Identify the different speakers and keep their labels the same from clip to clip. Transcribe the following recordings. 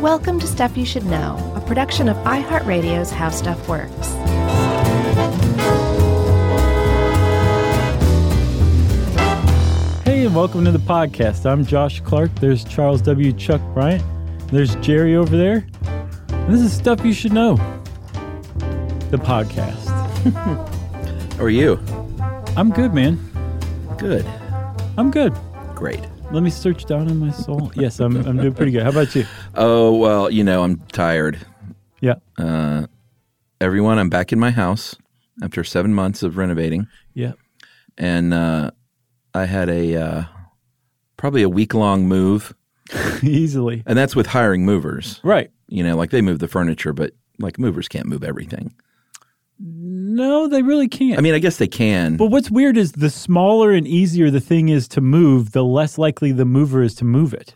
Speaker 1: Welcome to Stuff You Should Know, a production of iHeartRadio's How Stuff Works.
Speaker 2: Hey, and welcome to the podcast. I'm Josh Clark. There's Charles W. Chuck Bryant. There's Jerry over there. And this is stuff you should know. The podcast.
Speaker 3: How are you?
Speaker 2: I'm good, man.
Speaker 3: Good.
Speaker 2: I'm good.
Speaker 3: Great.
Speaker 2: Let me search down in my soul. Yes, I'm, I'm doing pretty good. How about you?
Speaker 3: Oh, well, you know, I'm tired. Uh,
Speaker 2: Yeah.
Speaker 3: Everyone, I'm back in my house after seven months of renovating.
Speaker 2: Yeah.
Speaker 3: And uh, I had a uh, probably a week long move.
Speaker 2: Easily.
Speaker 3: And that's with hiring movers.
Speaker 2: Right.
Speaker 3: You know, like they move the furniture, but like movers can't move everything.
Speaker 2: No, they really can't.
Speaker 3: I mean, I guess they can.
Speaker 2: but what's weird is the smaller and easier the thing is to move, the less likely the mover is to move it.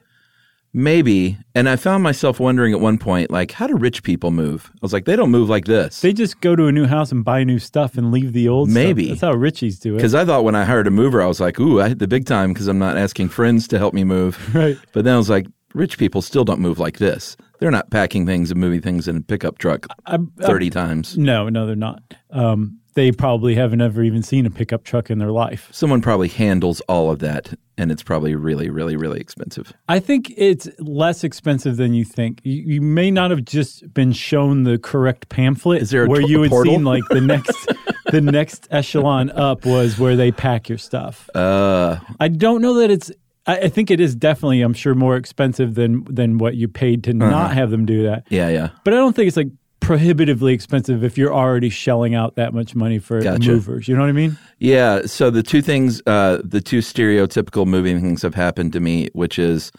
Speaker 3: Maybe. And I found myself wondering at one point, like, how do rich people move? I was like, they don't move like this.
Speaker 2: They just go to a new house and buy new stuff and leave the old
Speaker 3: Maybe.
Speaker 2: stuff. That's how Richies do it.
Speaker 3: Because I thought when I hired a mover, I was like, ooh, I hit the big time because I'm not asking friends to help me move.
Speaker 2: Right.
Speaker 3: But then I was like, rich people still don't move like this. They're not packing things and moving things in a pickup truck 30 times.
Speaker 2: No, no, they're not. Um, they probably haven't ever even seen a pickup truck in their life.
Speaker 3: Someone probably handles all of that, and it's probably really, really, really expensive.
Speaker 2: I think it's less expensive than you think. You, you may not have just been shown the correct pamphlet
Speaker 3: Is there a
Speaker 2: where
Speaker 3: t-
Speaker 2: you had
Speaker 3: portal?
Speaker 2: seen like the next the next echelon up was where they pack your stuff.
Speaker 3: Uh,
Speaker 2: I don't know that it's. I, I think it is definitely. I'm sure more expensive than than what you paid to
Speaker 3: Uh-huh.
Speaker 2: not have them do that.
Speaker 3: yeah, yeah.
Speaker 2: But I don't think it's like prohibitively expensive if you're already shelling out that much money for
Speaker 3: Gotcha.
Speaker 2: movers. You know what I mean?
Speaker 3: Yeah. So the two things, uh, the two stereotypical moving things have happened to me, which is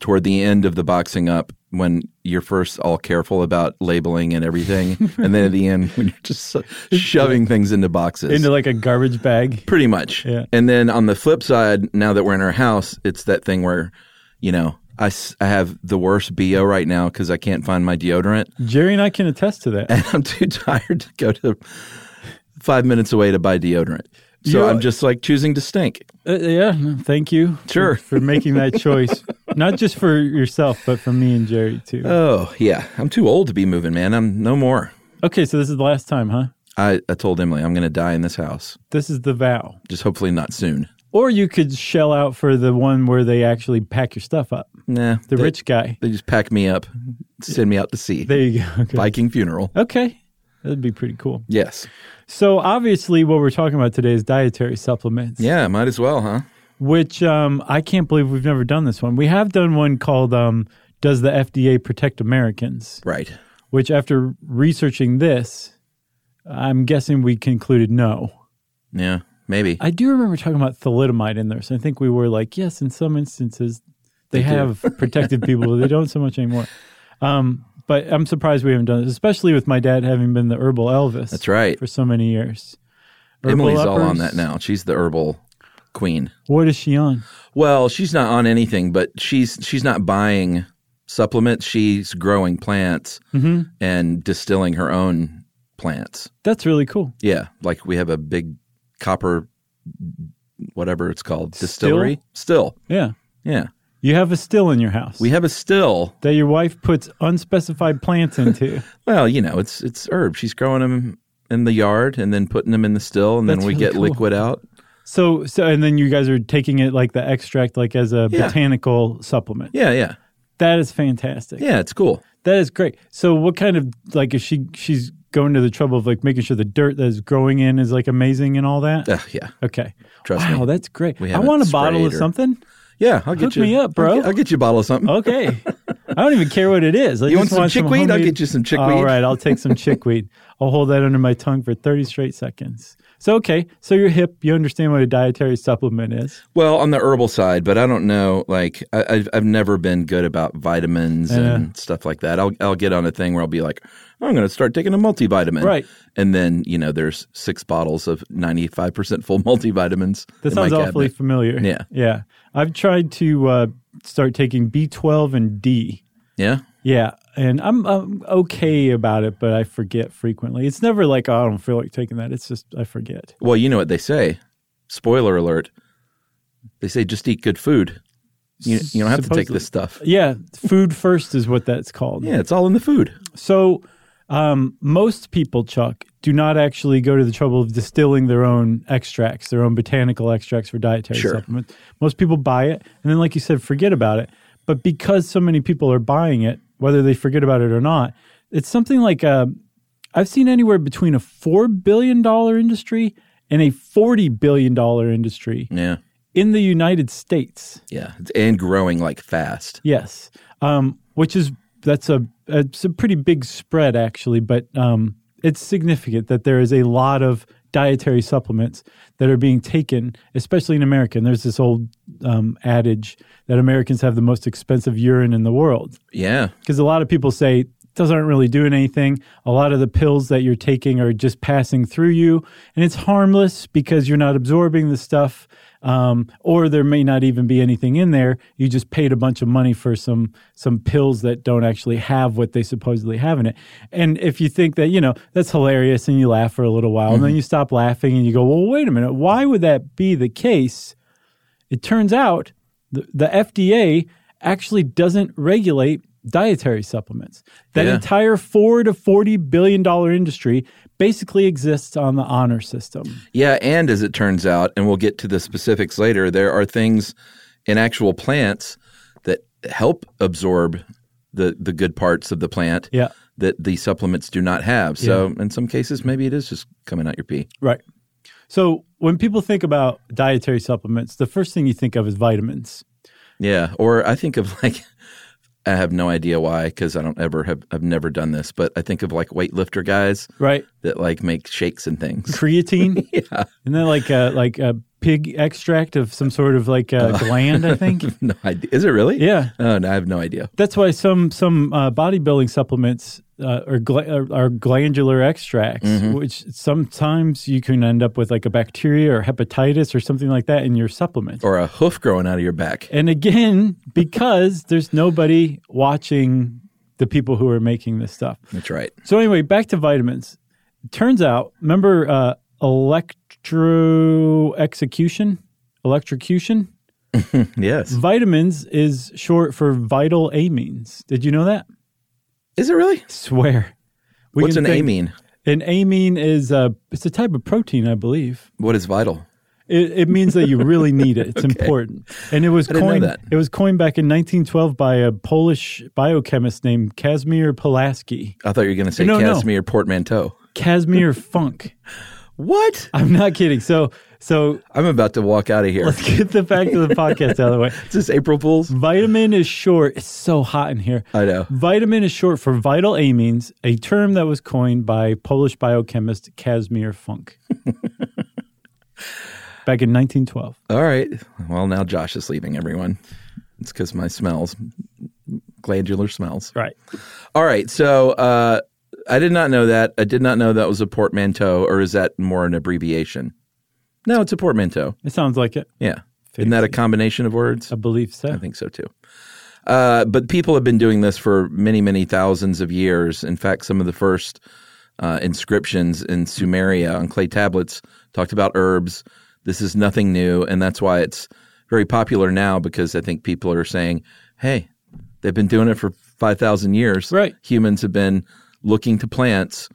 Speaker 3: toward the end of the boxing up when you're first all careful about labeling and everything, and then at the end when you're just shoving things into boxes.
Speaker 2: Into like a garbage bag.
Speaker 3: Pretty much.
Speaker 2: Yeah.
Speaker 3: And then on the flip side, now that we're in our house, it's that thing where, you know, I, s- I have the worst BO right now because I can't find my deodorant
Speaker 2: Jerry and I can attest to that.
Speaker 3: and I'm too tired to go to five minutes away to buy deodorant. So
Speaker 2: You're-
Speaker 3: I'm just like choosing to stink.
Speaker 2: Uh, yeah, no, thank you. for-
Speaker 3: Sure.
Speaker 2: For, making that choice, not just for yourself, but for me and Jerry too.
Speaker 3: Oh, yeah. I'm too old to be moving, man. I'm no more.
Speaker 2: okay, so this is the last time, huh?
Speaker 3: I, I told Emily I'm going to die in this house.
Speaker 2: This is the vow.
Speaker 3: Just hopefully not soon.
Speaker 2: Or you could shell out for the one where they actually pack your stuff up.
Speaker 3: Nah.
Speaker 2: The
Speaker 3: they,
Speaker 2: rich guy.
Speaker 3: They just pack me up, send me out to sea.
Speaker 2: There you go. Okay.
Speaker 3: Viking funeral.
Speaker 2: okay. That'd be pretty cool.
Speaker 3: Yes.
Speaker 2: So obviously, what we're talking about today is dietary supplements.
Speaker 3: Yeah, might as well, huh?
Speaker 2: which um, I can't believe we've never done this one. We have done one called um, "Does the FDA Protect Americans?"
Speaker 3: Right.
Speaker 2: Which, after researching this, I'm guessing we concluded no.
Speaker 3: Yeah, maybe.
Speaker 2: I do remember talking about thalidomide in there, so I think we were like, yes, in some instances they, have protected people, but they don't so much anymore. Um, but I'm surprised we haven't done this, especially with my dad having been the herbal Elvis.
Speaker 3: That's right.
Speaker 2: for so many years. Herbal
Speaker 3: Emily's all on
Speaker 2: uppers?
Speaker 3: that now. She's the herbal queen.
Speaker 2: What is she on?
Speaker 3: Well, she's not on anything, but she's she's not buying supplements. She's growing plants
Speaker 2: Mm-hmm.
Speaker 3: and distilling her own plants.
Speaker 2: That's really cool.
Speaker 3: Yeah, like we have a big copper, whatever it's called, distillery. Still,
Speaker 2: Yeah,
Speaker 3: yeah,
Speaker 2: you have a still in your house.
Speaker 3: we have a still.
Speaker 2: that your wife puts unspecified plants into.
Speaker 3: Well, you know, it's it's herbs. She's growing them in the yard and then putting them in the still, and
Speaker 2: That's
Speaker 3: then we
Speaker 2: really
Speaker 3: get
Speaker 2: cool.
Speaker 3: liquid out.
Speaker 2: so so and then you guys are taking it like the extract like as a
Speaker 3: Yeah.
Speaker 2: botanical supplement.
Speaker 3: Yeah, yeah,
Speaker 2: That is fantastic.
Speaker 3: yeah. It's cool.
Speaker 2: That is great. So what kind of like if she she's going to the trouble of like making sure the dirt that is growing in is like amazing and all that?
Speaker 3: Uh, yeah,
Speaker 2: Okay.
Speaker 3: Trust
Speaker 2: wow,
Speaker 3: me.
Speaker 2: that's great.
Speaker 3: We
Speaker 2: I
Speaker 3: haven't
Speaker 2: want a bottle
Speaker 3: sprayed
Speaker 2: of
Speaker 3: or-
Speaker 2: something.
Speaker 3: yeah. I'll get
Speaker 2: Hook
Speaker 3: you.
Speaker 2: me up, bro.
Speaker 3: I'll get, I'll get you a bottle of something.
Speaker 2: Okay. I don't even care what it is. I
Speaker 3: You
Speaker 2: just
Speaker 3: want some chickweed? I'll
Speaker 2: homemade-
Speaker 3: get you some chickweed.
Speaker 2: All right, I'll take some chickweed. I'll hold that under my tongue for 30 straight seconds. So, okay, so you're hip. You understand what a dietary supplement is.
Speaker 3: Well, on the herbal side, but I don't know. Like, I, I've I've never been good about vitamins and stuff like that. I'll I'll get on a thing where I'll be like, I'm going to start taking a multivitamin,
Speaker 2: Right.
Speaker 3: And then you know, there's six bottles of 95 percent full multivitamins.
Speaker 2: That
Speaker 3: in my
Speaker 2: sounds awfully
Speaker 3: cabinet.
Speaker 2: familiar.
Speaker 3: Yeah.
Speaker 2: Yeah. I've tried to uh, start taking B12 and D.
Speaker 3: yeah.
Speaker 2: Yeah. And I'm, I'm okay about it, but I forget frequently. It's never like, oh, I don't feel like taking that. It's just, I forget.
Speaker 3: Well, you know what they say. Spoiler alert. They say just eat good food. You, you don't have to take
Speaker 2: Supposedly.
Speaker 3: this stuff.
Speaker 2: Yeah, food first is what that's called.
Speaker 3: Yeah, it's all in the food.
Speaker 2: So um, most people, Chuck, do not actually go to the trouble of distilling their own extracts, their own botanical extracts for dietary
Speaker 3: Sure.
Speaker 2: supplements. Most people buy it, and then, like you said, forget about it. But because so many people are buying it, whether they forget about it or not, it's something like uh, I've seen anywhere between a four billion dollar industry and a forty billion dollar industry
Speaker 3: Yeah.
Speaker 2: in the United States.
Speaker 3: Yeah. It's- And growing like fast.
Speaker 2: Yes, um, which is that's a it's a pretty big spread actually, but um, it's significant that there is a lot of dietary supplements that are being taken, especially in America. And there's this old um, adage that Americans have the most expensive urine in the world
Speaker 3: Yeah.
Speaker 2: because a lot of people say those aren't really doing anything. A lot of the pills that you're taking are just passing through you, and it's harmless because you're not absorbing the stuff, um, or there may not even be anything in there. You just paid a bunch of money for some some pills that don't actually have what they supposedly have in it. And if you think that you know that's hilarious and you laugh for a little while, and then you stop laughing and you go, "Well, wait a minute, why would that be the case?" it turns out the, the FDA actually doesn't regulate dietary supplements. That
Speaker 3: Yeah.
Speaker 2: entire four to forty billion dollar industry basically exists on the honor system.
Speaker 3: Yeah, and as it turns out, and we'll get to the specifics later, there are things in actual plants that help absorb the the good parts of the plant
Speaker 2: Yeah.
Speaker 3: that the supplements do not have. So in some cases maybe it is just coming out your pee.
Speaker 2: Right. So when people think about dietary supplements, the first thing you think of is vitamins.
Speaker 3: Yeah, or I think of like I have no idea why because I don't ever have I've never done this, but I think of like weightlifter guys
Speaker 2: Right.
Speaker 3: that like make shakes and things.
Speaker 2: Creatine. yeah. Isn't that like a like a pig extract of some sort of like a gland, I think?
Speaker 3: no idea. Is it really?
Speaker 2: Yeah.
Speaker 3: Oh, no, I have no idea.
Speaker 2: That's why some some uh, bodybuilding supplements uh, are, gla- are are glandular extracts, which sometimes you can end up with like a bacteria or hepatitis or something like that in your supplement.
Speaker 3: Or a hoof growing out of your back.
Speaker 2: And again, because there's nobody watching the people who are making this stuff.
Speaker 3: That's right.
Speaker 2: So anyway, back to vitamins. Turns out, remember uh, electro execution, electrocution.
Speaker 3: Yes.
Speaker 2: Vitamins is short for vital amines. Did you know that?
Speaker 3: Is it really?
Speaker 2: Swear. We
Speaker 3: What's
Speaker 2: can
Speaker 3: an
Speaker 2: think-
Speaker 3: amine?
Speaker 2: An amine is a it's a type of protein, I believe.
Speaker 3: What is vital?
Speaker 2: It, it means that you really need it. It's important, and it was
Speaker 3: didn't know
Speaker 2: coined.
Speaker 3: that.
Speaker 2: It was coined back in 1912 by a Polish biochemist named Kazimierz Pulaski.
Speaker 3: I thought you were going to say
Speaker 2: No, no.
Speaker 3: Casimir portmanteau.
Speaker 2: Kazimierz Funk.
Speaker 3: What?
Speaker 2: I'm not kidding. So, so
Speaker 3: I'm about to walk out of here.
Speaker 2: let's get the fact of the podcast out of the way.
Speaker 3: Is this April Fool's?
Speaker 2: Vitamin is short. It's so hot in here.
Speaker 3: I know.
Speaker 2: Vitamin is short for vital amines, a term that was coined by Polish biochemist Kazimierz Funk back in 1912.
Speaker 3: All right. Well, now Josh is leaving, everyone. It's because my smells, glandular smells.
Speaker 2: Right.
Speaker 3: All right. So uh, I did not know that. I did not know that was a portmanteau, or is that more an abbreviation? No, it's a portmanteau.
Speaker 2: It sounds like it.
Speaker 3: Yeah. Isn't that a combination of words?
Speaker 2: I believe so.
Speaker 3: I think so too. Uh, but people have been doing this for many, many thousands of years. In fact, some of the first uh, inscriptions in Sumeria on clay tablets talked about herbs. This is nothing new, and that's why it's very popular now because I think people are saying, "Hey, they've been doing it for five thousand years.
Speaker 2: Right.
Speaker 3: Humans have been looking to plants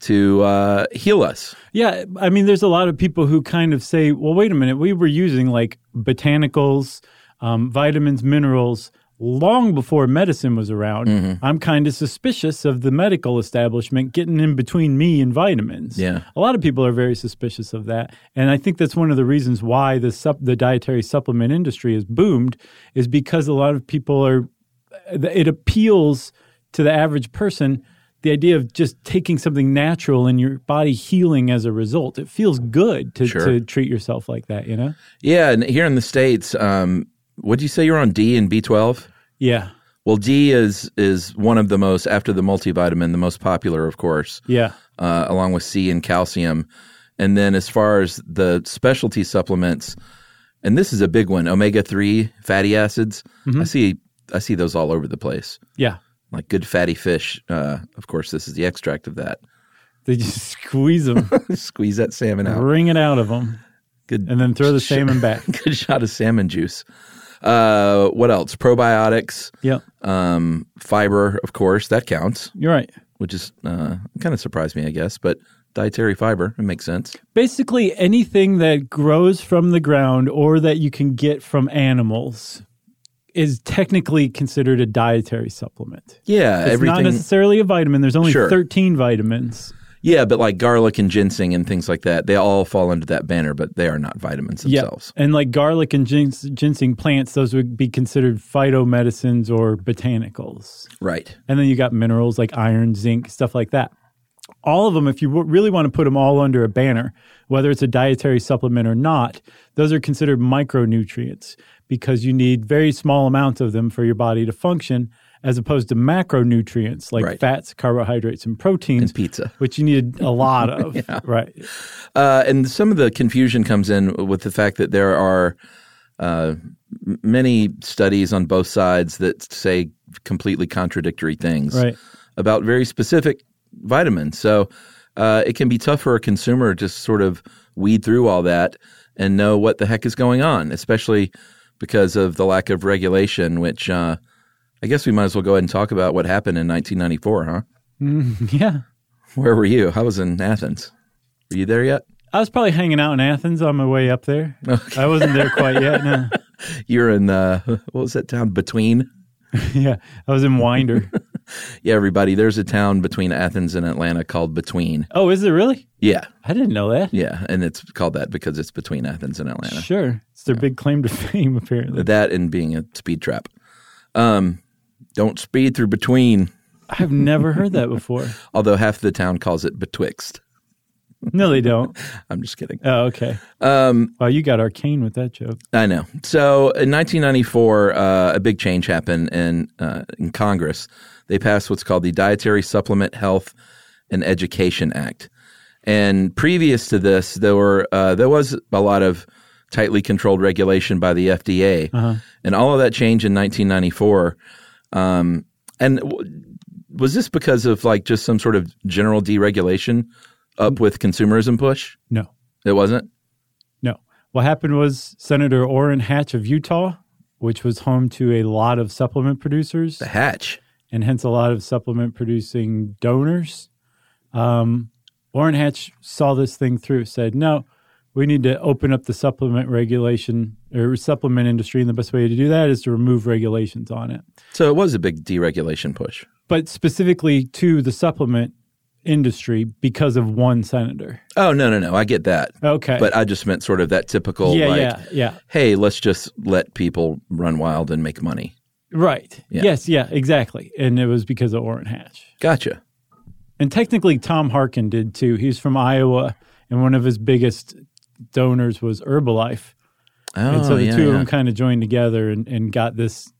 Speaker 3: to uh, heal us.
Speaker 2: Yeah, I mean, there's a lot of people who kind of say, well, wait a minute, we were using like botanicals, um, vitamins, minerals long before medicine was around. I'm kind of suspicious of the medical establishment getting in between me and vitamins.
Speaker 3: Yeah.
Speaker 2: A lot of people are very suspicious of that. And I think that's one of the reasons why the, sup- the dietary supplement industry has boomed, is because a lot of people are it appeals to the average person the idea of just taking something natural and your body healing as a result it feels good to,
Speaker 3: Sure.
Speaker 2: to treat yourself like that you know
Speaker 3: Yeah, and here in the states, um, would you say you're on D and B twelve?
Speaker 2: yeah
Speaker 3: Well, D is is one of the most after the multivitamin, the most popular, of course,
Speaker 2: yeah
Speaker 3: uh, along with C and calcium. And then as far as the specialty supplements, and this is a big one, omega three fatty acids.
Speaker 2: Mm-hmm.
Speaker 3: I see I see those all over the place.
Speaker 2: yeah
Speaker 3: Like good fatty fish. Uh, of course, this is the extract of that.
Speaker 2: they just squeeze them
Speaker 3: Squeeze that salmon out.
Speaker 2: wring it out of them
Speaker 3: Good
Speaker 2: and then throw the salmon back
Speaker 3: good shot of salmon juice. Uh, what else? Probiotics,
Speaker 2: Yeah,
Speaker 3: um, fiber, of course, that counts,
Speaker 2: you're right.
Speaker 3: which is uh, kind of surprised me, I guess, but dietary fiber, it makes sense.
Speaker 2: Basically, anything that grows from the ground or that you can get from animals is technically considered a dietary supplement.
Speaker 3: Yeah,
Speaker 2: It's not
Speaker 3: everything.
Speaker 2: necessarily a vitamin. There's only
Speaker 3: Sure.
Speaker 2: 13 vitamins.
Speaker 3: yeah, but like garlic and ginseng and things like that, they all fall under that banner, but they are not vitamins
Speaker 2: Yeah.
Speaker 3: themselves.
Speaker 2: And like garlic and gins- ginseng plants, those would be considered phytomedicines or botanicals.
Speaker 3: Right.
Speaker 2: And then you got minerals like iron, zinc, stuff like that. All of them, if you w- really want to put them all under a banner, whether it's a dietary supplement or not, those are considered micronutrients because you need very small amounts of them for your body to function, as opposed to macronutrients like
Speaker 3: Right.
Speaker 2: fats, carbohydrates, and proteins,
Speaker 3: And pizza.
Speaker 2: which you need a lot of. Right.
Speaker 3: Uh, and some of the confusion comes in with the fact that there are uh, m- many studies on both sides that say completely contradictory things
Speaker 2: Right.
Speaker 3: about very specific vitamins. So uh, it can be tough for a consumer to sort of weed through all that and know what the heck is going on, especially because of the lack of regulation, which uh, I guess we might as well go ahead and talk about what happened in 1994, huh?
Speaker 2: Yeah.
Speaker 3: Where were you? I was in Athens. Were you there yet?
Speaker 2: I was probably hanging out in Athens on my way up there. I wasn't there quite yet. No.
Speaker 3: You're in uh, what was that town between?
Speaker 2: Yeah, I was in Winder.
Speaker 3: Yeah, everybody. There's a town between Athens and Atlanta called Between.
Speaker 2: oh, is it really?
Speaker 3: Yeah,
Speaker 2: I didn't know that.
Speaker 3: yeah, and it's called that because it's between Athens and Atlanta.
Speaker 2: Sure, it's their big claim to fame, apparently.
Speaker 3: That and being a speed trap. Um, don't speed through Between.
Speaker 2: I've never heard that before.
Speaker 3: Although half the town calls it Betwixt.
Speaker 2: No, they don't.
Speaker 3: I'm just kidding.
Speaker 2: Oh, okay. Um, wow, you got arcane with that joke.
Speaker 3: I know. So in 1994, uh, a big change happened in uh, in Congress. They passed what's called the Dietary Supplement Health and Education Act. And previous to this, there were uh, there was a lot of tightly controlled regulation by the FDA, and all of that changed in 1994. Um, and w- was this because of like just some sort of general deregulation up with consumerism push?
Speaker 2: No,
Speaker 3: It wasn't.
Speaker 2: no. What happened was Senator Orrin Hatch of Utah, which was home to a lot of supplement producers
Speaker 3: The hatch.
Speaker 2: and hence a lot of supplement producing donors, um, Orrin Hatch saw this thing through. Said, no, we need to open up the supplement regulation or supplement industry, and the best way to do that is to remove regulations on it.
Speaker 3: So it was a big deregulation push.
Speaker 2: but specifically to the supplement industry because of one senator.
Speaker 3: Oh no no no! I get that,
Speaker 2: Okay.
Speaker 3: but I just meant sort of that typical
Speaker 2: yeah,
Speaker 3: like,
Speaker 2: yeah, yeah.
Speaker 3: hey, let's just let people run wild and make money.
Speaker 2: Right.
Speaker 3: Yeah.
Speaker 2: Yes, yeah, exactly. And it was because of Orrin Hatch.
Speaker 3: Gotcha.
Speaker 2: And technically Tom Harkin did too. He's from Iowa and one of his biggest donors was Herbalife.
Speaker 3: Oh
Speaker 2: and so the
Speaker 3: yeah,
Speaker 2: two of
Speaker 3: yeah.
Speaker 2: them kind of joined together and, and got this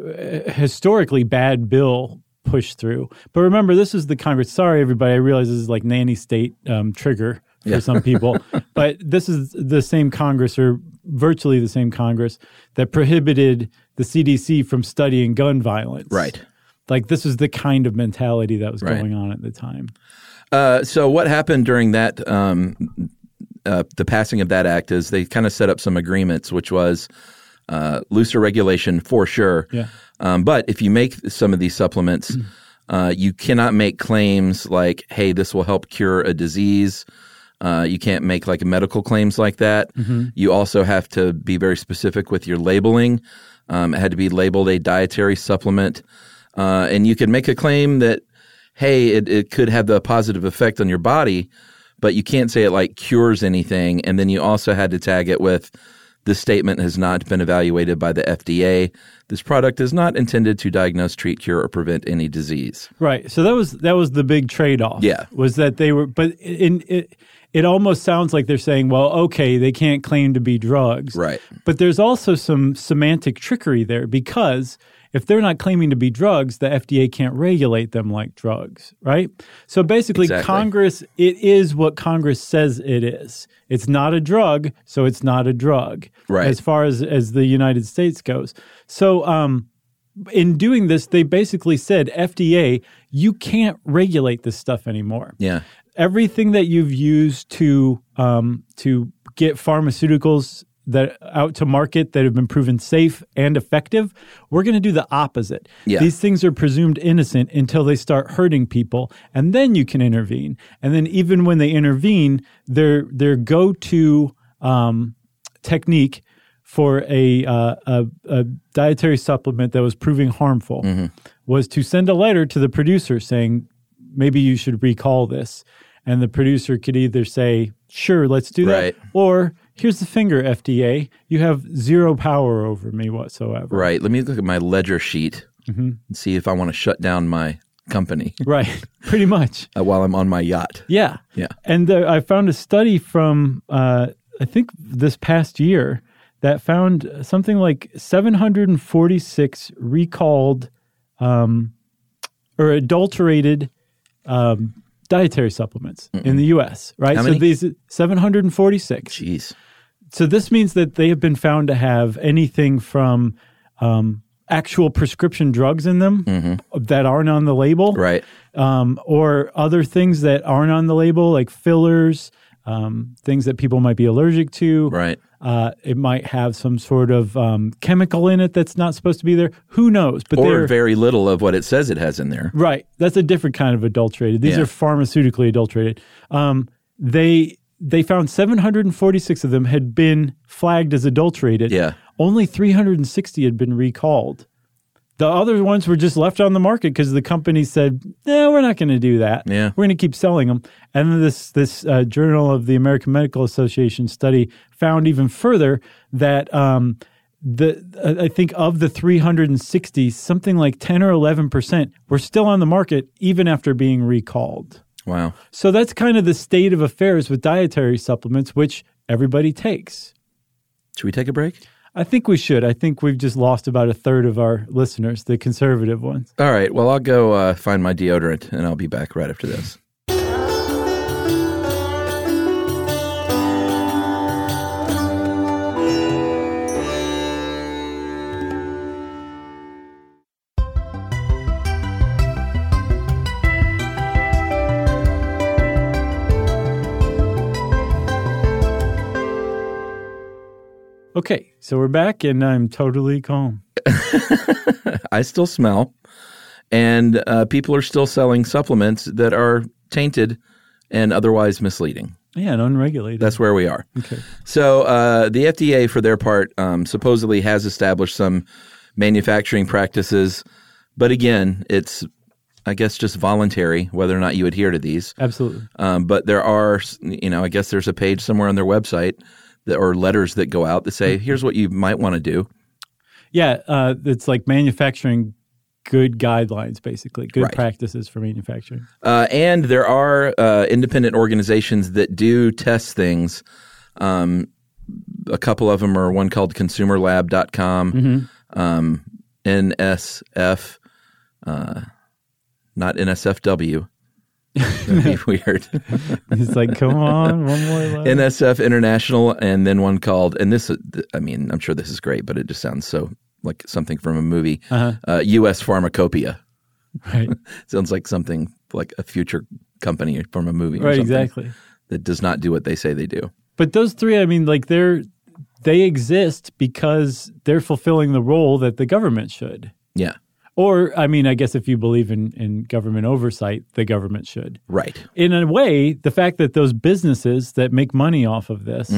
Speaker 2: uh, historically bad bill pushed through. But remember, this is the Congress. Sorry, everybody. I realize this is like nanny state um, trigger for
Speaker 3: Yeah.
Speaker 2: some people, but this is the same Congress or virtually the same Congress that prohibited the CDC from studying gun violence.
Speaker 3: right.
Speaker 2: Like this was the kind of mentality that was
Speaker 3: Right.
Speaker 2: going on at the time.
Speaker 3: Uh, so what happened during that um, uh, the passing of that act is they kind of set up some agreements, which was uh, looser regulation for sure.
Speaker 2: Yeah.
Speaker 3: Um, but if you make some of these supplements, uh, you cannot make claims like, "Hey, this will help cure a disease." Uh, you can't make like medical claims like that. You also have to be very specific with your labeling. Um, it had to be labeled a dietary supplement, uh, and you can make a claim that, "Hey, it, it could have the positive effect on your body," but you can't say it like cures anything. And then you also had to tag it with this statement has not been evaluated by the FDA. This product is not intended to diagnose, treat, cure, or prevent any disease.
Speaker 2: Right. So that was that was the big trade off.
Speaker 3: Yeah.
Speaker 2: Was that they were but in it it almost sounds like they're saying, well, okay, they can't claim to be drugs.
Speaker 3: Right.
Speaker 2: But there's also some semantic trickery there because if they're not claiming to be drugs, the FDA can't regulate them like drugs, right? So basically
Speaker 3: Exactly.
Speaker 2: Congress it is what Congress says it is. It's not a drug, so it's not a drug.
Speaker 3: Right.
Speaker 2: As far as as the United States goes. So um in doing this, they basically said, FDA, you can't regulate this stuff anymore.
Speaker 3: Yeah.
Speaker 2: Everything that you've used to um, to get pharmaceuticals that out to market that have been proven safe and effective. We're going to do the opposite.
Speaker 3: Yeah.
Speaker 2: These things are presumed innocent until they start hurting people, and then you can intervene. And then even when they intervene, their their go to um, technique for a, uh, a a dietary supplement that was proving harmful was to send a letter to the producer saying maybe you should recall this. And the producer could either say, sure, let's do
Speaker 3: Right.
Speaker 2: that, or here's the finger, FDA. You have zero power over me whatsoever.
Speaker 3: Right. Let me look at my ledger sheet and see if I want to shut down my company
Speaker 2: Right. Pretty much.
Speaker 3: uh, while I'm on my yacht.
Speaker 2: Yeah.
Speaker 3: Yeah.
Speaker 2: And there, I found a study from, uh, I think this past year that found something like 746 recalled um, or adulterated um, dietary supplements in the US, right?
Speaker 3: How
Speaker 2: so
Speaker 3: many?
Speaker 2: these 746.
Speaker 3: Jeez.
Speaker 2: so this means that they have been found to have anything from um, actual prescription drugs in them
Speaker 3: Mm-hmm.
Speaker 2: that aren't on the label,
Speaker 3: Right.
Speaker 2: Um, or other things that aren't on the label, like fillers, um, things that people might be allergic to.
Speaker 3: Right.
Speaker 2: Uh, it might have some sort of um, chemical in it that's not supposed to be there. Who knows? But
Speaker 3: Or
Speaker 2: they're
Speaker 3: very little of what it says it has in there.
Speaker 2: Right. That's a different kind of adulterated. These
Speaker 3: Yeah.
Speaker 2: are pharmaceutically adulterated. Um, they they found 746 of them had been flagged as adulterated.
Speaker 3: Yeah.
Speaker 2: Only 360 had been recalled. The other ones were just left on the market because the company said, "No, we're not going to do that.
Speaker 3: Yeah.
Speaker 2: We're going to keep selling them." And then this this uh, Journal of the American Medical Association study found even further that um, the uh, I- I think of the 360, something like 10 or 11 percent were still on the market even after being recalled.
Speaker 3: Wow.
Speaker 2: So that's kind of the state of affairs with dietary supplements, which everybody takes.
Speaker 3: Should we take a break?
Speaker 2: I think we should. I think we've just lost about a third of our listeners, the conservative ones.
Speaker 3: All right. Well, I'll go uh, find my deodorant and I'll be back right after this.
Speaker 2: Okay, so we're back and I'm totally calm.
Speaker 3: I still smell, and uh, people are still selling supplements that are tainted and otherwise misleading.
Speaker 2: Yeah, and unregulated.
Speaker 3: That's where we are. Okay. So uh, the FDA, for their part, um, supposedly has established some manufacturing practices, but again, it's I guess just voluntary whether or not you adhere to these.
Speaker 2: Absolutely.
Speaker 3: Um, but there are, you know, I guess there's a page somewhere on their website that or letters that go out that say, "Here's what you might want to do."
Speaker 2: Yeah, uh, it's like manufacturing good guidelines, basically, good
Speaker 3: Right.
Speaker 2: practices for manufacturing.
Speaker 3: Uh, and there are uh, independent organizations that do test things. Um, a couple of them are one called consumerlab.com,
Speaker 2: Mm-hmm.
Speaker 3: um, NSF, uh, not NSFW. That'd be weird.
Speaker 2: It's like, come on, one more. lap.
Speaker 3: NSF International, and then one called, and this, I mean, I'm sure this is great, but it just sounds so like something from a movie
Speaker 2: Uh-huh.
Speaker 3: uh US Pharmacopoeia.
Speaker 2: right,
Speaker 3: Sounds like something like a future company from a movie. or
Speaker 2: right,
Speaker 3: something.
Speaker 2: exactly.
Speaker 3: that does not do what they say they do.
Speaker 2: But those three, I mean, like they're they exist because they're fulfilling the role that the government should.
Speaker 3: Yeah.
Speaker 2: Or, I mean, I guess if you believe in, in government oversight, the government should.
Speaker 3: Right.
Speaker 2: in a way, the fact that those businesses that make money off of this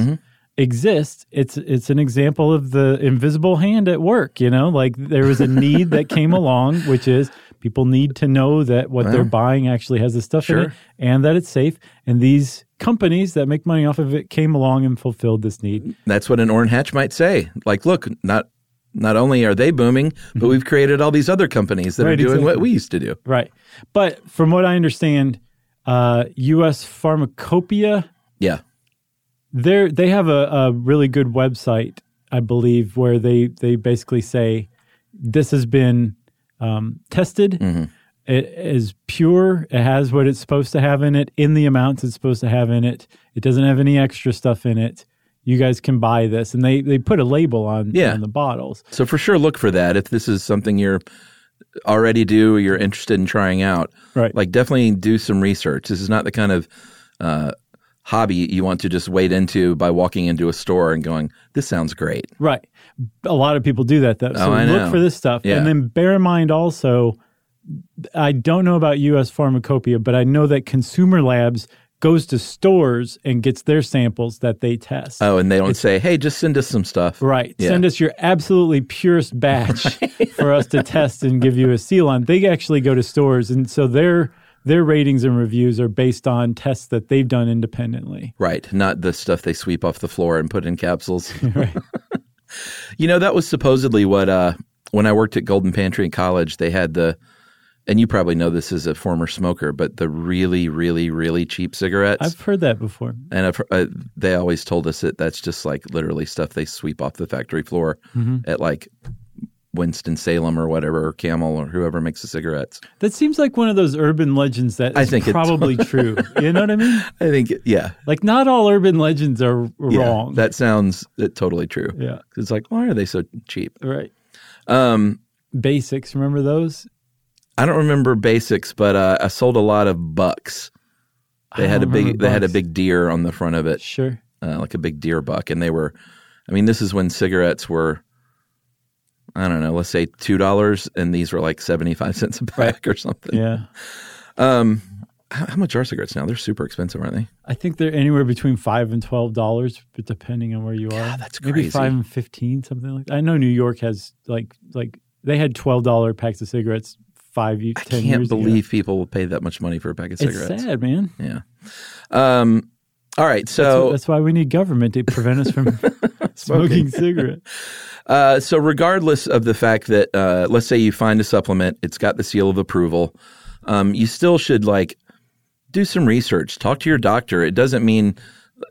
Speaker 2: exist, it's it's an example of the invisible hand at work. You know, like there was a need that came along, which is people need to know that what they're buying actually has the stuff in it
Speaker 3: Sure.
Speaker 2: and that it's safe. And these companies that make money off of it came along and fulfilled this need.
Speaker 3: That's what an Orrin Hatch might say. Like, look, not not only are they booming, but we've created all these other companies that are
Speaker 2: Mm-hmm. Right,
Speaker 3: doing what
Speaker 2: exactly.
Speaker 3: we used to do.
Speaker 2: Right. But from what I understand, uh, U.S. Pharmacopoeia
Speaker 3: Yeah.
Speaker 2: they they have a, a really good website, I believe, where they they basically say this has been um, tested. It is pure. It has what it's supposed to have in it, in the amounts it's supposed to have in it. It doesn't have any extra stuff in it. You guys can buy this, and they they put a label on
Speaker 3: Yeah.
Speaker 2: on the bottles.
Speaker 3: So for sure look for that if this is something you're already do or you're interested in trying out.
Speaker 2: Right.
Speaker 3: Like definitely do some research. This is not the kind of uh, hobby you want to just wade into by walking into a store and going, "This sounds great."
Speaker 2: Right. A lot of people do that though. So
Speaker 3: Oh, I
Speaker 2: look
Speaker 3: know.
Speaker 2: for this stuff.
Speaker 3: Yeah.
Speaker 2: And then bear in mind also, I don't know about US pharmacopoeia, but I know that Consumer Labs goes to stores and gets their samples that they test.
Speaker 3: Oh, and they don't say, "Hey, just send us some stuff."
Speaker 2: Right.
Speaker 3: Yeah.
Speaker 2: Send us your absolutely purest batch for us to test and give you a seal on. They actually go to stores and so their their ratings and reviews are based on tests that they've done independently.
Speaker 3: Right, not the stuff they sweep off the floor and put in capsules. you know, that was supposedly what uh, when I worked at Golden Pantry in college, they had the, and you probably know this as a former smoker, but the really, really, really cheap cigarettes.
Speaker 2: I've heard that before.
Speaker 3: and I've, uh, they always told us that that's just like literally stuff they sweep off the factory floor
Speaker 2: Mm-hmm.
Speaker 3: at like Winston Salem or whatever, or Camel or whoever makes the cigarettes.
Speaker 2: That seems like one of those urban legends that is
Speaker 3: I think it's-
Speaker 2: probably true. You know what I mean?
Speaker 3: I think, yeah,
Speaker 2: Like not all urban legends are
Speaker 3: yeah,
Speaker 2: wrong.
Speaker 3: That sounds uh, totally true.
Speaker 2: yeah.
Speaker 3: It's like, why are they so cheap?
Speaker 2: Right.
Speaker 3: Um,
Speaker 2: Basics, remember those?
Speaker 3: I don't remember basics, but uh, I sold a lot of bucks. They
Speaker 2: I
Speaker 3: had a
Speaker 2: don't
Speaker 3: big
Speaker 2: remember
Speaker 3: they had a
Speaker 2: Bucks.
Speaker 3: big deer on the front of it,
Speaker 2: Sure.
Speaker 3: uh, like a big deer buck, and they were. I mean, this is when cigarettes were. I don't know. Let's say two dollars, and these were like seventy five cents a pack or something.
Speaker 2: Yeah.
Speaker 3: How, how much are cigarettes now? They're super expensive, aren't they?
Speaker 2: I think they're anywhere between five and twelve dollars, but depending on where you are.
Speaker 3: that's
Speaker 2: Maybe
Speaker 3: crazy.
Speaker 2: five and fifteen, something like that. I know New York has like like they had twelve dollar packs of cigarettes five ye-
Speaker 3: I
Speaker 2: ten
Speaker 3: can't
Speaker 2: years ago.
Speaker 3: believe people will pay that much money for a pack of
Speaker 2: it's
Speaker 3: cigarettes.
Speaker 2: sad, man.
Speaker 3: Yeah. Um, all right.
Speaker 2: So
Speaker 3: So
Speaker 2: that's why we need government to prevent us from smoking cigarettes.
Speaker 3: Uh, so, regardless of the fact that, uh, let's say you find a supplement, it's got the seal of approval, um, you still should like do some research, talk to your doctor. It doesn't mean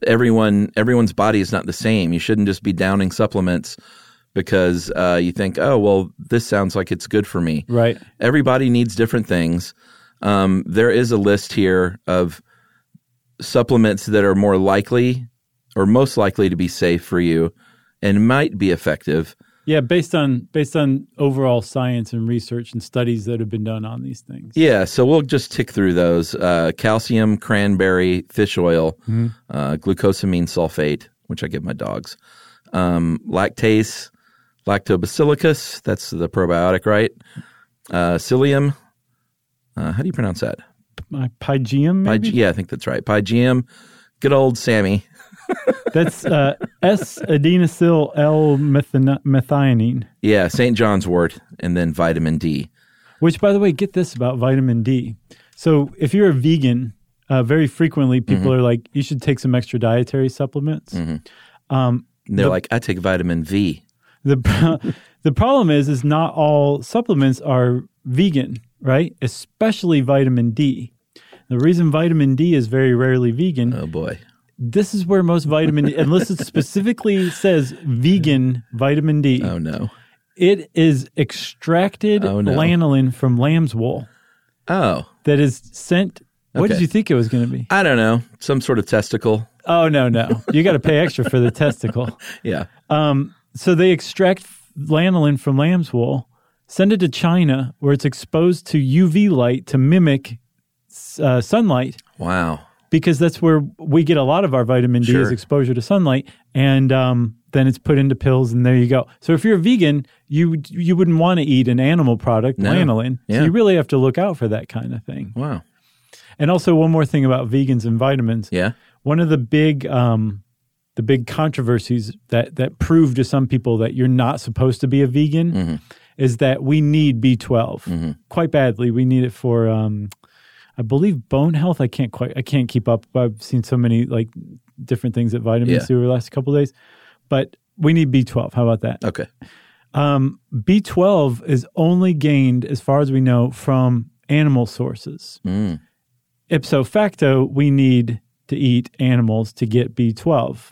Speaker 3: everyone everyone's body is not the same. You shouldn't just be downing supplements because uh, you think, oh, well, this sounds like it's good for me.
Speaker 2: Right.
Speaker 3: Everybody needs different things. Um, there is a list here of supplements that are more likely or most likely to be safe for you and might be effective.
Speaker 2: Yeah, based on based on overall science and research and studies that have been done on these things.
Speaker 3: Yeah, so we'll just tick through those: uh, calcium, cranberry, fish oil, uh, glucosamine sulfate, which I give my dogs, um, lactase, lactobacillus. That's the probiotic, right? Uh, psyllium. Uh, how do you pronounce that?
Speaker 2: My Pygium,
Speaker 3: Py-
Speaker 2: maybe?
Speaker 3: yeah, I think that's right. Pygium. Good old Sammy.
Speaker 2: That's uh, S adenosyl L methionine.
Speaker 3: Yeah, St. John's wort, and then vitamin D.
Speaker 2: Which, by the way, get this about vitamin D. So, if you're a vegan, uh, very frequently people are like, you should take some extra dietary supplements.
Speaker 3: And they're like, I take vitamin V.
Speaker 2: The pro- the problem is, is not all supplements are vegan, right? Especially vitamin D. The reason vitamin D is very rarely vegan.
Speaker 3: Oh boy.
Speaker 2: This is where most vitamin D, unless it specifically says vegan vitamin D,
Speaker 3: Oh no.
Speaker 2: it is extracted
Speaker 3: Oh, no.
Speaker 2: lanolin from lamb's wool
Speaker 3: Oh,
Speaker 2: that is sent. What did
Speaker 3: Okay.
Speaker 2: you think it was going to be?
Speaker 3: I don't know. Some sort of testicle.
Speaker 2: Oh no, no! You got to pay extra for the testicle.
Speaker 3: Yeah.
Speaker 2: So they extract lanolin from lamb's wool, send it to China where it's exposed to UV light to mimic uh, sunlight
Speaker 3: Wow.
Speaker 2: because that's where we get a lot of our vitamin D is
Speaker 3: Sure.
Speaker 2: exposure to sunlight, and um, then it's put into pills, and there you go. So if you're a vegan, you you wouldn't want to eat an animal product,
Speaker 3: No.
Speaker 2: lanolin.
Speaker 3: Yeah.
Speaker 2: So you really have to look out for that kind of thing.
Speaker 3: Wow.
Speaker 2: And also one more thing about vegans and vitamins.
Speaker 3: Yeah.
Speaker 2: one of the big um, the big controversies that that prove to some people that you're not supposed to be a vegan is that we need B12 quite badly. We need it for um, I believe bone health. I can't quite I can't keep up. I've seen so many like different things at vitamin
Speaker 3: Yeah.
Speaker 2: C over the last couple of days, but we need B12. How about that?
Speaker 3: Okay.
Speaker 2: B12 is only gained, as far as we know, from animal sources.
Speaker 3: Mm,
Speaker 2: Ipso facto, we need to eat animals to get B12.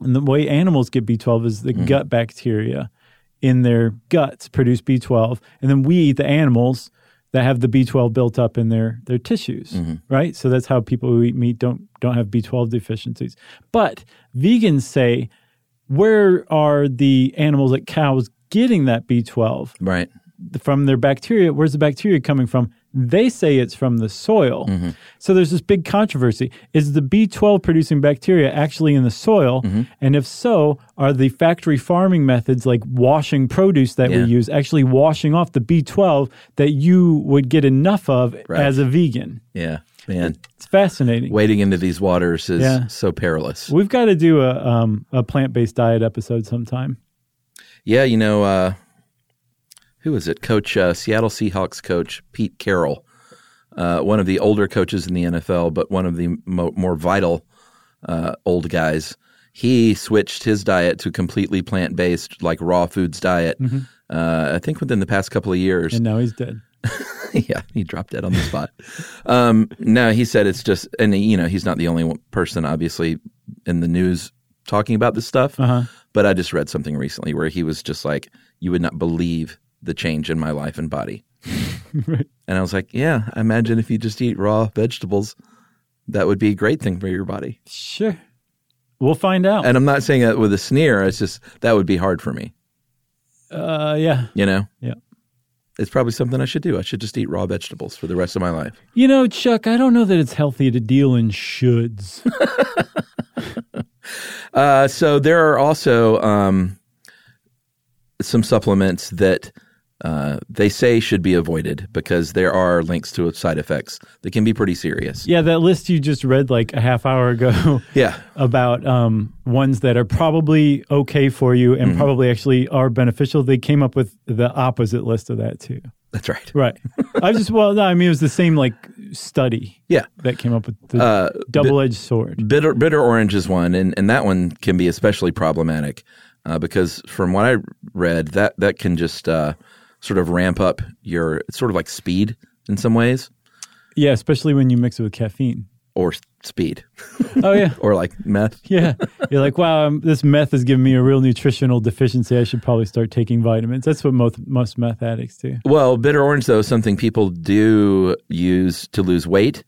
Speaker 2: And the way animals get B12 is the gut bacteria in their guts produce B12. And then we eat the animals that have the B12 built up in their, their tissues, right? So that's how people who eat meat don't, don't have B12 deficiencies. But vegans say, where are the animals like cows getting that B12?
Speaker 3: Right.
Speaker 2: from their bacteria. Where's the bacteria coming from? They say it's from the soil.
Speaker 3: Mm-hmm.
Speaker 2: So there's this big controversy. Is the B12 producing bacteria actually in the soil?
Speaker 3: Mm-hmm.
Speaker 2: And if so, are the factory farming methods like washing produce that
Speaker 3: Yeah.
Speaker 2: we use actually washing off the B12 that you would get enough of
Speaker 3: Right.
Speaker 2: as a vegan?
Speaker 3: Yeah, man.
Speaker 2: It's fascinating.
Speaker 3: Wading into these waters is
Speaker 2: Yeah.
Speaker 3: so perilous.
Speaker 2: We've got to do a, um, a plant based diet episode sometime.
Speaker 3: Yeah, you know, uh, who is it? Coach uh, Seattle Seahawks coach Pete Carroll, uh, one of the older coaches in the NFL, but one of the mo- more vital uh, old guys. He switched his diet to completely plant based, like raw foods diet. Uh, I think within the past couple of years,
Speaker 2: And now he's dead.
Speaker 3: yeah, he dropped dead on the spot. um, no, he said it's just, and you know, he's not the only one person, obviously, in the news talking about this stuff.
Speaker 2: Uh-huh.
Speaker 3: But I just read something recently where he was just like, "You would not believe the change in my life and body." And I was like, "Yeah, I imagine if you just eat raw vegetables, that would be a great thing for your body."
Speaker 2: Sure. We'll find out.
Speaker 3: And I'm not saying that with a sneer. It's just that would be hard for me.
Speaker 2: uh, yeah.
Speaker 3: You know,
Speaker 2: Yeah.
Speaker 3: it's probably something I should do. I should just eat raw vegetables for the rest of my life.
Speaker 2: You know, Chuck, I don't know that it's healthy to deal in shoulds.
Speaker 3: Uh, so there are also um, some supplements that uh, they say should be avoided because there are links to side effects that can be pretty serious.
Speaker 2: yeah, that list you just read like a half hour ago
Speaker 3: Yeah.
Speaker 2: about um, ones that are probably okay for you and probably actually are beneficial, they came up with the opposite list of that too.
Speaker 3: that's right.
Speaker 2: Right. I just, well, no, I mean, it was the same like study
Speaker 3: Yeah.
Speaker 2: that came up with Uh, the double edged sword.
Speaker 3: Bitter, bitter orange is one, and, and that one can be especially problematic uh, because from what I read, that, that can just uh, sort of ramp up your, it's sort of like speed in some ways,
Speaker 2: Yeah, especially when you mix it with caffeine.
Speaker 3: or s- speed,
Speaker 2: Oh, yeah.
Speaker 3: or like meth.
Speaker 2: Yeah. You're like, wow, um, this meth is giving me a real nutritional deficiency. I should probably start taking vitamins. That's what most, most meth addicts do.
Speaker 3: Well, bitter orange though is something people do use to lose weight,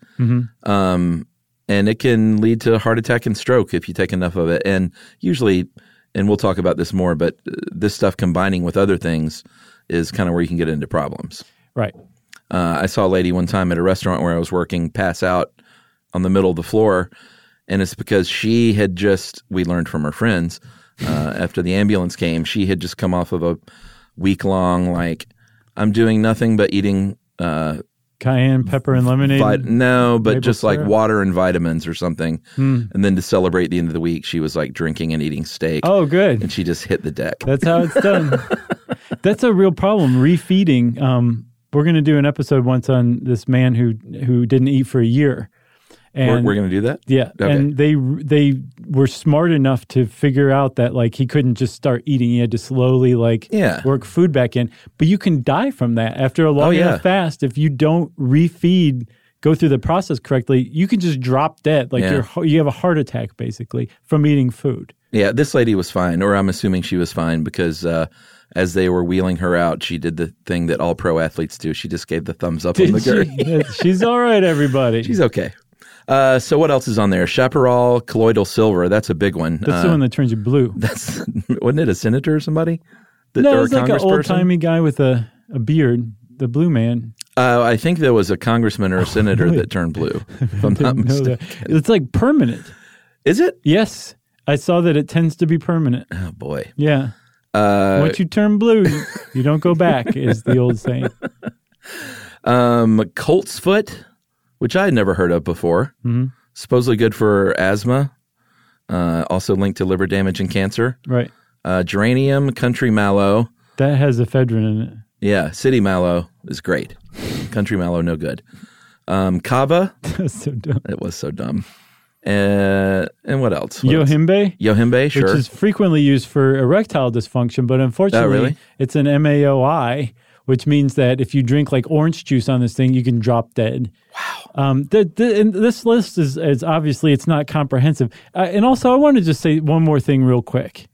Speaker 3: um, and it can lead to heart attack and stroke if you take enough of it. And usually, and we'll talk about this more, but uh, this stuff combining with other things is kind of where you can get into problems.
Speaker 2: Right.
Speaker 3: Uh, I saw a lady one time at a restaurant where I was working pass out on the middle of the floor, and it's because she had just we learned from her friends uh, after the ambulance came. She had just come off of a week long like I'm doing nothing but eating, uh,
Speaker 2: Cayenne pepper and lemonade.
Speaker 3: but no, but
Speaker 2: maple
Speaker 3: just like
Speaker 2: syrup. Hmm.
Speaker 3: water and vitamins or something. And then to celebrate the end of the week, she was like drinking and eating steak,
Speaker 2: oh, good.
Speaker 3: and she just hit the deck.
Speaker 2: That's how it's done. That's a real problem. Refeeding. Um, we're going to do an episode once on this man who who didn't eat for a year.
Speaker 3: We're,
Speaker 2: And
Speaker 3: we're gonna do that.
Speaker 2: yeah,
Speaker 3: Okay.
Speaker 2: and they they were smart enough to figure out that like he couldn't just start eating; he had to slowly like
Speaker 3: Yeah. Oh,
Speaker 2: work food back in. But you can die from that after a long
Speaker 3: yeah.
Speaker 2: enough fast if you don't refeed, go through the process correctly. You can just drop dead, like
Speaker 3: Yeah.
Speaker 2: you're you have a heart attack basically from eating food.
Speaker 3: Yeah, this lady was fine, or I'm assuming she was fine because uh, as they were wheeling her out, she did the thing that all pro athletes do. She just gave the thumbs up on the
Speaker 2: Did she?
Speaker 3: gurney.
Speaker 2: Yes, She's all right, everybody.
Speaker 3: She's okay. Uh, so what else is on there? Chaparral, colloidal silver. That's a big one.
Speaker 2: That's
Speaker 3: Uh,
Speaker 2: the one that turns you blue.
Speaker 3: that's wasn't it a senator or somebody? That,
Speaker 2: No,
Speaker 3: or a
Speaker 2: it's like an
Speaker 3: congressperson?
Speaker 2: old timey guy with a, a beard, the blue man.
Speaker 3: Uh, I think there was a congressman or a senator that turned blue. If I'm
Speaker 2: Didn't
Speaker 3: not
Speaker 2: know
Speaker 3: mistaken.
Speaker 2: that. It's like permanent.
Speaker 3: Is it?
Speaker 2: Yes, I saw that it tends to be permanent.
Speaker 3: Oh boy.
Speaker 2: Yeah.
Speaker 3: Uh,
Speaker 2: Once you turn blue, you don't go back, is the old saying.
Speaker 3: um, colt's foot, which I had never heard of before,
Speaker 2: Mm-hmm.
Speaker 3: supposedly good for asthma, uh, also linked to liver damage and cancer.
Speaker 2: Right.
Speaker 3: Uh, geranium, country mallow,
Speaker 2: That has ephedrine in it.
Speaker 3: yeah, city mallow is great. country mallow, no good. Um, kava,
Speaker 2: That's so dumb.
Speaker 3: it was so dumb. Uh, and what else? What else?
Speaker 2: Yohimbe,
Speaker 3: Yohimbe, sure.
Speaker 2: which is frequently used for erectile dysfunction, but unfortunately,
Speaker 3: Oh, really?
Speaker 2: it's an MAOI, which means that if you drink like orange juice on this thing, you can drop dead. Wow. Um, th- th- and this list is, is obviously it's not comprehensive. Uh, and also, I want to just say one more thing real quick.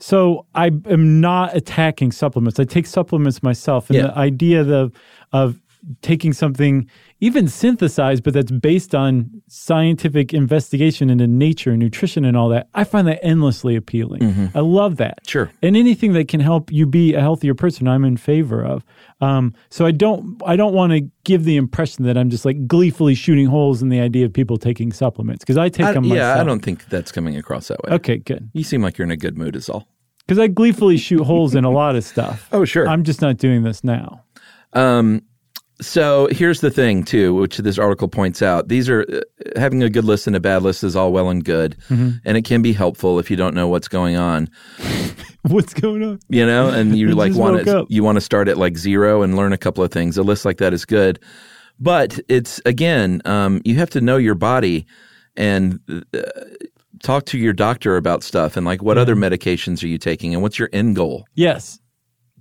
Speaker 2: So I am not attacking supplements. I take supplements myself, and
Speaker 3: Yeah.
Speaker 2: the idea of of taking something even synthesized, but that's based on scientific investigation into nature, nutrition, and all that. I find that endlessly appealing. I love that.
Speaker 3: Mm-hmm. Sure.
Speaker 2: And anything that can help you be a healthier person, I'm in favor of. Um, so I don't, I don't want to give the impression that I'm just like gleefully shooting holes in the idea of people taking supplements because I take
Speaker 3: I,
Speaker 2: them myself.
Speaker 3: yeah, I don't think that's coming across that way.
Speaker 2: Okay, good.
Speaker 3: You seem like you're in a good mood, is all.
Speaker 2: Because I gleefully shoot holes in a lot of stuff.
Speaker 3: Oh, sure.
Speaker 2: I'm just not doing this now.
Speaker 3: So here's the thing, too, which this article points out. These are uh, having a good list and a bad list is all well and good,
Speaker 2: Mm-hmm.
Speaker 3: and it can be helpful if you don't know what's going on,
Speaker 2: What's going on?
Speaker 3: you know, and you
Speaker 2: I
Speaker 3: like
Speaker 2: just
Speaker 3: want
Speaker 2: woke
Speaker 3: to
Speaker 2: up.
Speaker 3: you want to start at like zero and learn a couple of things. A list like that is good, but it's again, um, you have to know your body and uh, talk to your doctor about stuff and like what other
Speaker 2: Mm-hmm.
Speaker 3: medications are you taking and what's your end goal.
Speaker 2: Yes.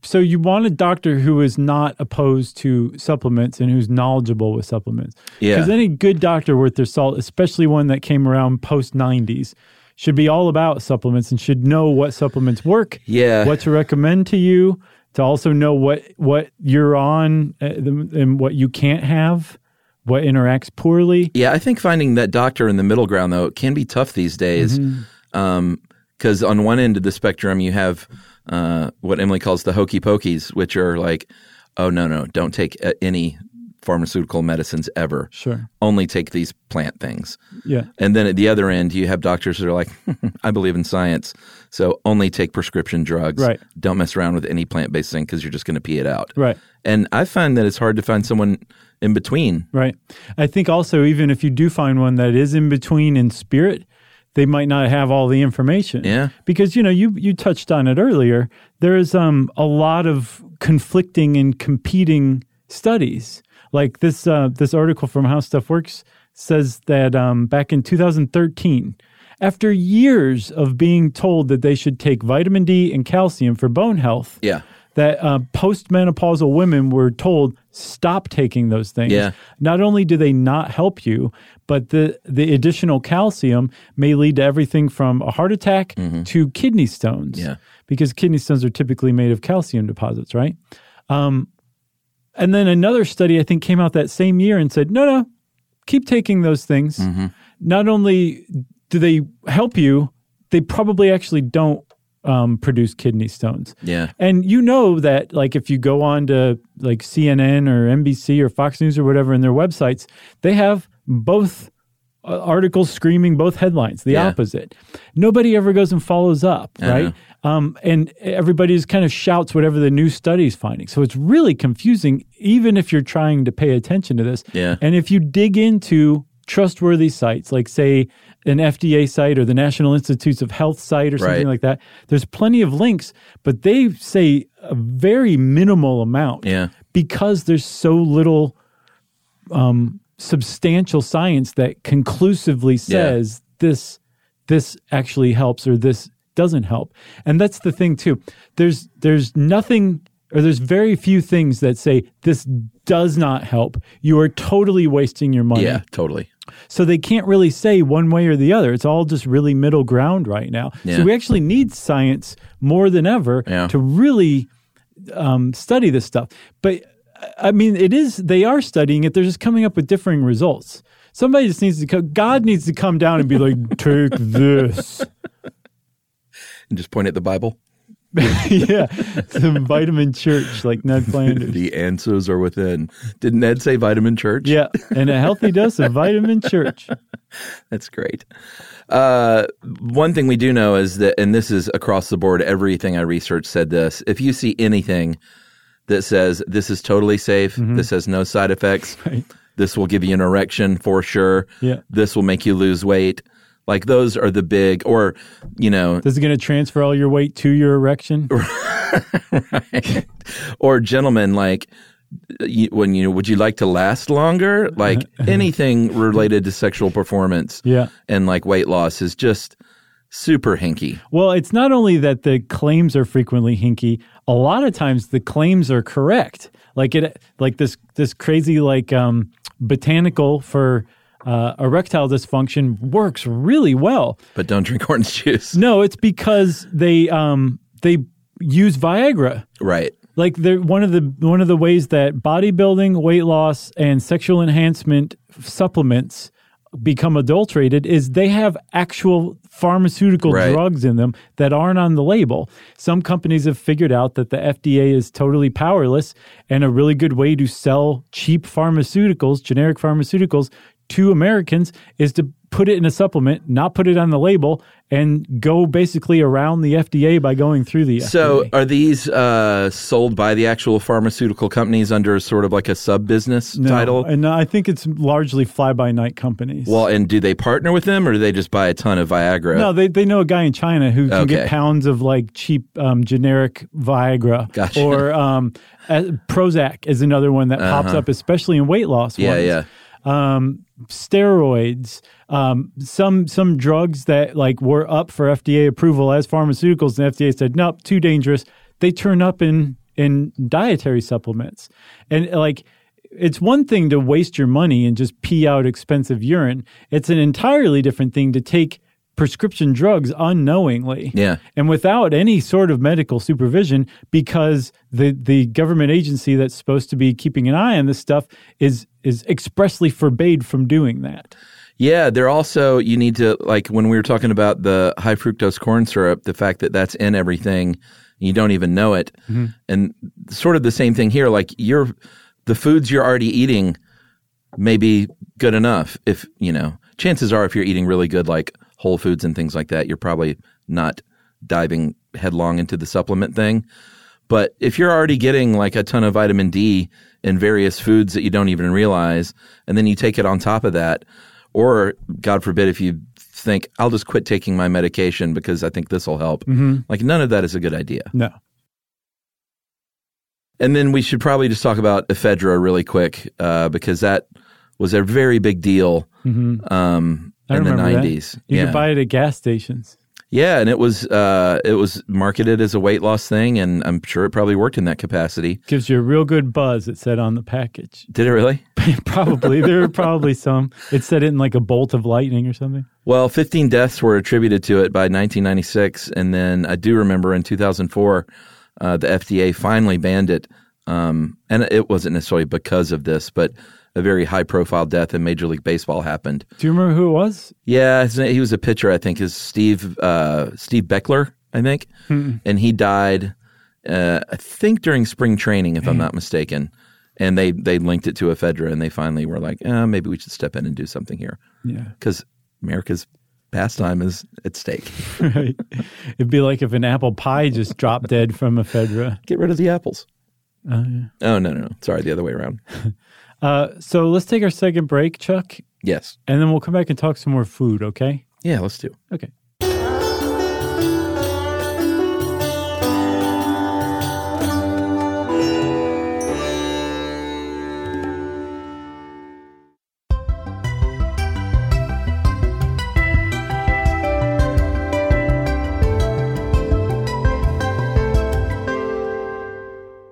Speaker 2: So you want a doctor who is not opposed to supplements and who's knowledgeable with supplements.
Speaker 3: Yeah.
Speaker 2: Because any good doctor worth their salt, especially one that came around post 90s, should be all about supplements and should know what supplements work,
Speaker 3: Yeah.
Speaker 2: what to recommend to you, to also know what what you're on uh, the- and what you can't have, what interacts poorly.
Speaker 3: Yeah, I think finding that doctor in the middle ground though can be tough these days, because
Speaker 2: Mm-hmm.
Speaker 3: on one end of the spectrum you have uh, what Emily calls the hokey pokeys, which are like, oh no no, don't take uh, any pharmaceutical medicines ever.
Speaker 2: Sure.
Speaker 3: Only take these plant things.
Speaker 2: Yeah.
Speaker 3: And then at the other end, you have doctors that are like, I believe in science, so only take prescription drugs.
Speaker 2: Right.
Speaker 3: Don't mess around with any plant based thing because you're just going to pee it out.
Speaker 2: Right.
Speaker 3: And I find that it's hard to find someone in between.
Speaker 2: Right. I think also, even if you do find one that is in between in spirit, they might not have all the information.
Speaker 3: Yeah.
Speaker 2: Because, you know, you, you touched on it earlier. There's um, a lot of conflicting and competing studies. Like this, uh, this article from How Stuff Works says that um, back in 2013, after years of being told that they should take vitamin D and calcium for bone health,
Speaker 3: Yeah.
Speaker 2: that uh, postmenopausal women were told stop taking those things.
Speaker 3: Yeah.
Speaker 2: Not only do they not help you, but the the additional calcium may lead to everything from a heart attack to kidney stones.
Speaker 3: Mm-hmm. Yeah.
Speaker 2: because kidney stones are typically made of calcium deposits, right? Um, and then another study I think came out that same year and said, no, no, keep taking those things.
Speaker 3: Mm-hmm.
Speaker 2: Not only do they help you, they probably actually don't um, produce kidney stones.
Speaker 3: Yeah.
Speaker 2: And you know that, like, if you go on to like CNN or NBC or Fox News or whatever in their websites, they have both uh, articles screaming both headlines, the
Speaker 3: Yeah. Uh-huh.
Speaker 2: opposite. Nobody ever goes and follows up,
Speaker 3: I
Speaker 2: right? Um, and everybody just kind of shouts whatever the new study's finding. So it's really confusing, even if you're trying to pay attention to this.
Speaker 3: Yeah.
Speaker 2: And if you dig into trustworthy sites, like say an FDA site or the National Institutes of Health site or
Speaker 3: Right.
Speaker 2: something like that, there's plenty of links, but they say a very minimal amount
Speaker 3: Yeah.
Speaker 2: because there's so little um, substantial science that conclusively says this this actually helps or this doesn't help. And that's the thing too. There's there's nothing or there's very few things that say this does not help. You are totally wasting your money.
Speaker 3: Yeah, totally.
Speaker 2: So they can't really say one way or the other. It's all just really middle ground right now.
Speaker 3: Yeah.
Speaker 2: So we actually need science more than ever
Speaker 3: Yeah.
Speaker 2: to really um, study this stuff. But uh, I mean, it is, they are studying it, they're just coming up with differing results. Somebody just needs to co- God needs to come down and be like, take this.
Speaker 3: And just point at the Bible.
Speaker 2: yeah. Some vitamin church like Ned Flanders.
Speaker 3: The answers are within. Did Ned say vitamin church?
Speaker 2: Yeah. And a healthy dose of vitamin church.
Speaker 3: That's great. Uh, one thing we do know is that, and this is across the board, everything I researched said this. If you see anything that says this is totally safe, this has no side effects,
Speaker 2: Right.
Speaker 3: this will give you an erection for sure,
Speaker 2: Yeah.
Speaker 3: this will make you lose weight. Like those are the big, or, you know,
Speaker 2: This is going to transfer all your weight to your erection.
Speaker 3: or gentlemen, like, you, when you would you like to last longer? Like anything related to sexual performance,
Speaker 2: Uh-huh. Yeah.
Speaker 3: and like weight loss is just super hinky.
Speaker 2: Well, it's not only that the claims are frequently hinky. A lot of times the claims are correct. Like it, like this this crazy like um, botanical for uh, erectile dysfunction works really well.
Speaker 3: But don't drink orange juice.
Speaker 2: No, it's because they um, they use Viagra.
Speaker 3: Right.
Speaker 2: like the one of the one of the ways that bodybuilding, weight loss, and sexual enhancement supplements become adulterated is they have actual pharmaceutical
Speaker 3: Right.
Speaker 2: drugs in them that aren't on the label. Some companies have figured out that the FDA is totally powerless and a really good way to sell cheap pharmaceuticals, generic pharmaceuticals to Americans is to put it in a supplement, not put it on the label and go basically around the FDA by going through the
Speaker 3: So,
Speaker 2: FDA.
Speaker 3: are these uh, sold by the actual pharmaceutical companies under sort of like a sub business
Speaker 2: No,
Speaker 3: title?
Speaker 2: And I think it's largely fly by night companies.
Speaker 3: well, and do they partner with them, or do they just buy a ton of Viagra?
Speaker 2: No, they, they know a guy in China who can
Speaker 3: Okay.
Speaker 2: get pounds of like cheap um, generic Viagra
Speaker 3: Gotcha.
Speaker 2: or um, uh, Prozac is another one that pops up, especially in weight loss.
Speaker 3: Uh-huh. yeah,
Speaker 2: ones.
Speaker 3: yeah.
Speaker 2: Um, steroids, um, some some drugs that like were up for FDA approval as pharmaceuticals, and FDA said nope, too dangerous. They turn up in in dietary supplements, and like. It's one thing to waste your money and just pee out expensive urine. It's an entirely different thing to take prescription drugs unknowingly
Speaker 3: Yeah.
Speaker 2: and without any sort of medical supervision because the the government agency that's supposed to be keeping an eye on this stuff is is expressly forbade from doing that.
Speaker 3: Yeah, they're also you need to like when we were talking about the high fructose corn syrup, the fact that that's in everything, you don't even know it, and sort of the same thing here. Like you're the foods you're already eating may be good enough if you know. Chances are, if you're eating really good like whole foods and things like that, you're probably not diving headlong into the supplement thing. But if you're already getting like a ton of vitamin D in various foods that you don't even realize, and then you take it on top of that, or God forbid, if you think, I'll just quit taking my medication because I think this will help,
Speaker 2: Mm-hmm.
Speaker 3: like none of that is a good idea.
Speaker 2: No.
Speaker 3: And then we should probably just talk about ephedra really quick uh, because that was a very big deal um,
Speaker 2: Mm-hmm. I
Speaker 3: in the
Speaker 2: remember that.
Speaker 3: 90s.
Speaker 2: You
Speaker 3: yeah.
Speaker 2: could buy it at gas stations.
Speaker 3: Yeah, and it was uh, it was marketed as a weight loss thing, and I'm sure it probably worked in that capacity.
Speaker 2: Gives you a real good buzz, it said on the package.
Speaker 3: Did it really?
Speaker 2: probably. There are probably some. It said it in like a bolt of lightning or something.
Speaker 3: Well, 15 deaths were attributed to it by 1996, and then I do remember in 2004, uh, the FDA finally banned it, um, and it wasn't necessarily because of this, but a very high-profile death in Major League Baseball happened.
Speaker 2: Do you remember who it was?
Speaker 3: Yeah, his, name- he was a pitcher, I think. Is Steve uh, Steve Beckler, I think, and he died, uh, I think, during spring training, if I'm not mistaken. And they they linked it to ephedra, and they finally were like, eh, maybe we should step in and do something here
Speaker 2: Yeah.
Speaker 3: because America's pastime is at stake.
Speaker 2: Right. It'd be like if an apple pie just dropped dead from ephedra.
Speaker 3: Get rid of the apples. Oh, no, no, no. Sorry, the other way around.
Speaker 2: Uh, so let's take our second break, Chuck,
Speaker 3: Yes.
Speaker 2: and then we'll come back and talk some more food, okay?
Speaker 3: Yeah, let's do.
Speaker 2: Okay.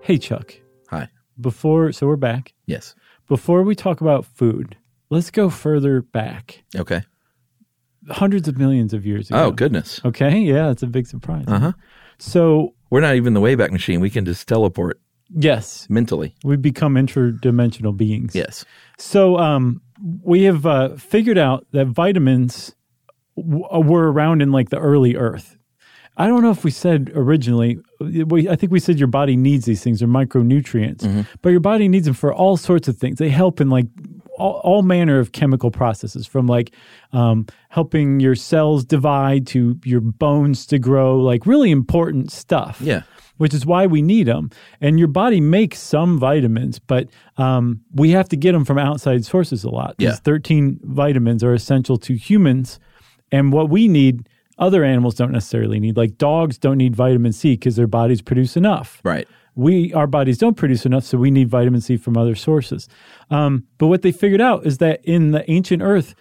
Speaker 2: Hey, Chuck,
Speaker 3: Hi.
Speaker 2: before, so we're back.
Speaker 3: Yes.
Speaker 2: Before we talk about food, let's go further back
Speaker 3: Okay.
Speaker 2: hundreds of millions of years ago.
Speaker 3: Oh, goodness.
Speaker 2: Okay, yeah, it's a big surprise.
Speaker 3: Uh-huh.
Speaker 2: So,
Speaker 3: We're not even the Wayback Machine. We can just teleport
Speaker 2: yes,
Speaker 3: mentally.
Speaker 2: we become interdimensional beings.
Speaker 3: Yes.
Speaker 2: So, um, we have uh, figured out that vitamins w- uh, were around in like the early Earth. I don't know if we said originally. We, I think we said your body needs these things, they're micronutrients, but your body needs them for all sorts of things. They help in like all, all manner of chemical processes, from like um, helping your cells divide to your bones to grow, like really important stuff.
Speaker 3: Yeah.
Speaker 2: which is why we need them. And your body makes some vitamins, but um, we have to get them from outside sources a lot.
Speaker 3: Yeah.
Speaker 2: These 13 vitamins are essential to humans. And what we need, other animals don't necessarily need. Like dogs don't need vitamin C because their bodies produce enough.
Speaker 3: Right.
Speaker 2: We, our bodies don't produce enough, so we need vitamin C from other sources. Um, but what they figured out is that in the ancient earth,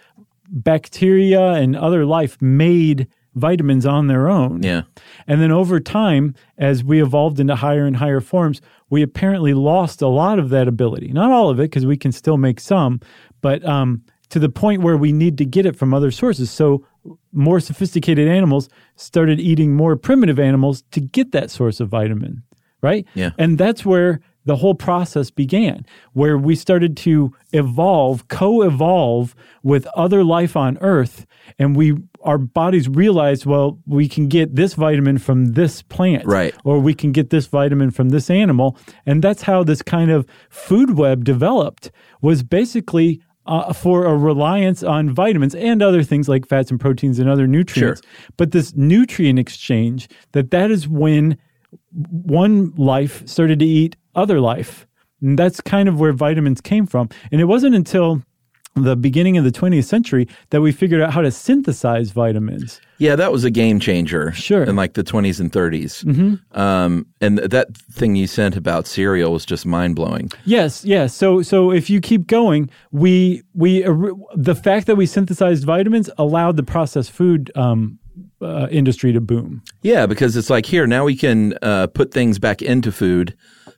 Speaker 2: bacteria and other life made vitamins on their own.
Speaker 3: Yeah.
Speaker 2: And then over time, as we evolved into higher and higher forms, we apparently lost a lot of that ability. Not all of it, because we can still make some, but um, to the point where we need to get it from other sources. So more sophisticated animals started eating more primitive animals to get that source of vitamin right?
Speaker 3: Yeah.
Speaker 2: And that's where the whole process began, where we started to evolve, co evolve with other life on Earth. And we, our bodies realized, well, we can get this vitamin from this plant,
Speaker 3: Right.
Speaker 2: Or we can get this vitamin from this animal. And that's how this kind of food web developed, was basically. Uh, for a reliance on vitamins and other things like fats and proteins and other nutrients, but this nutrient exchange that that is when one life started to eat other life. And that's kind of where vitamins came from. And it wasn't until the beginning of the 20th century that we figured out how to synthesize vitamins.
Speaker 3: Yeah, that was a game changer.
Speaker 2: Sure.
Speaker 3: In like the 20s and 30s. Mm-hmm. Um, and th- that thing you sent about cereal was just mind blowing.
Speaker 2: Yes, yes. So so if you keep going, we we uh, the fact that we synthesized vitamins allowed the processed food um, uh, industry to boom.
Speaker 3: Yeah, because it's like here, now we can uh, put things back into food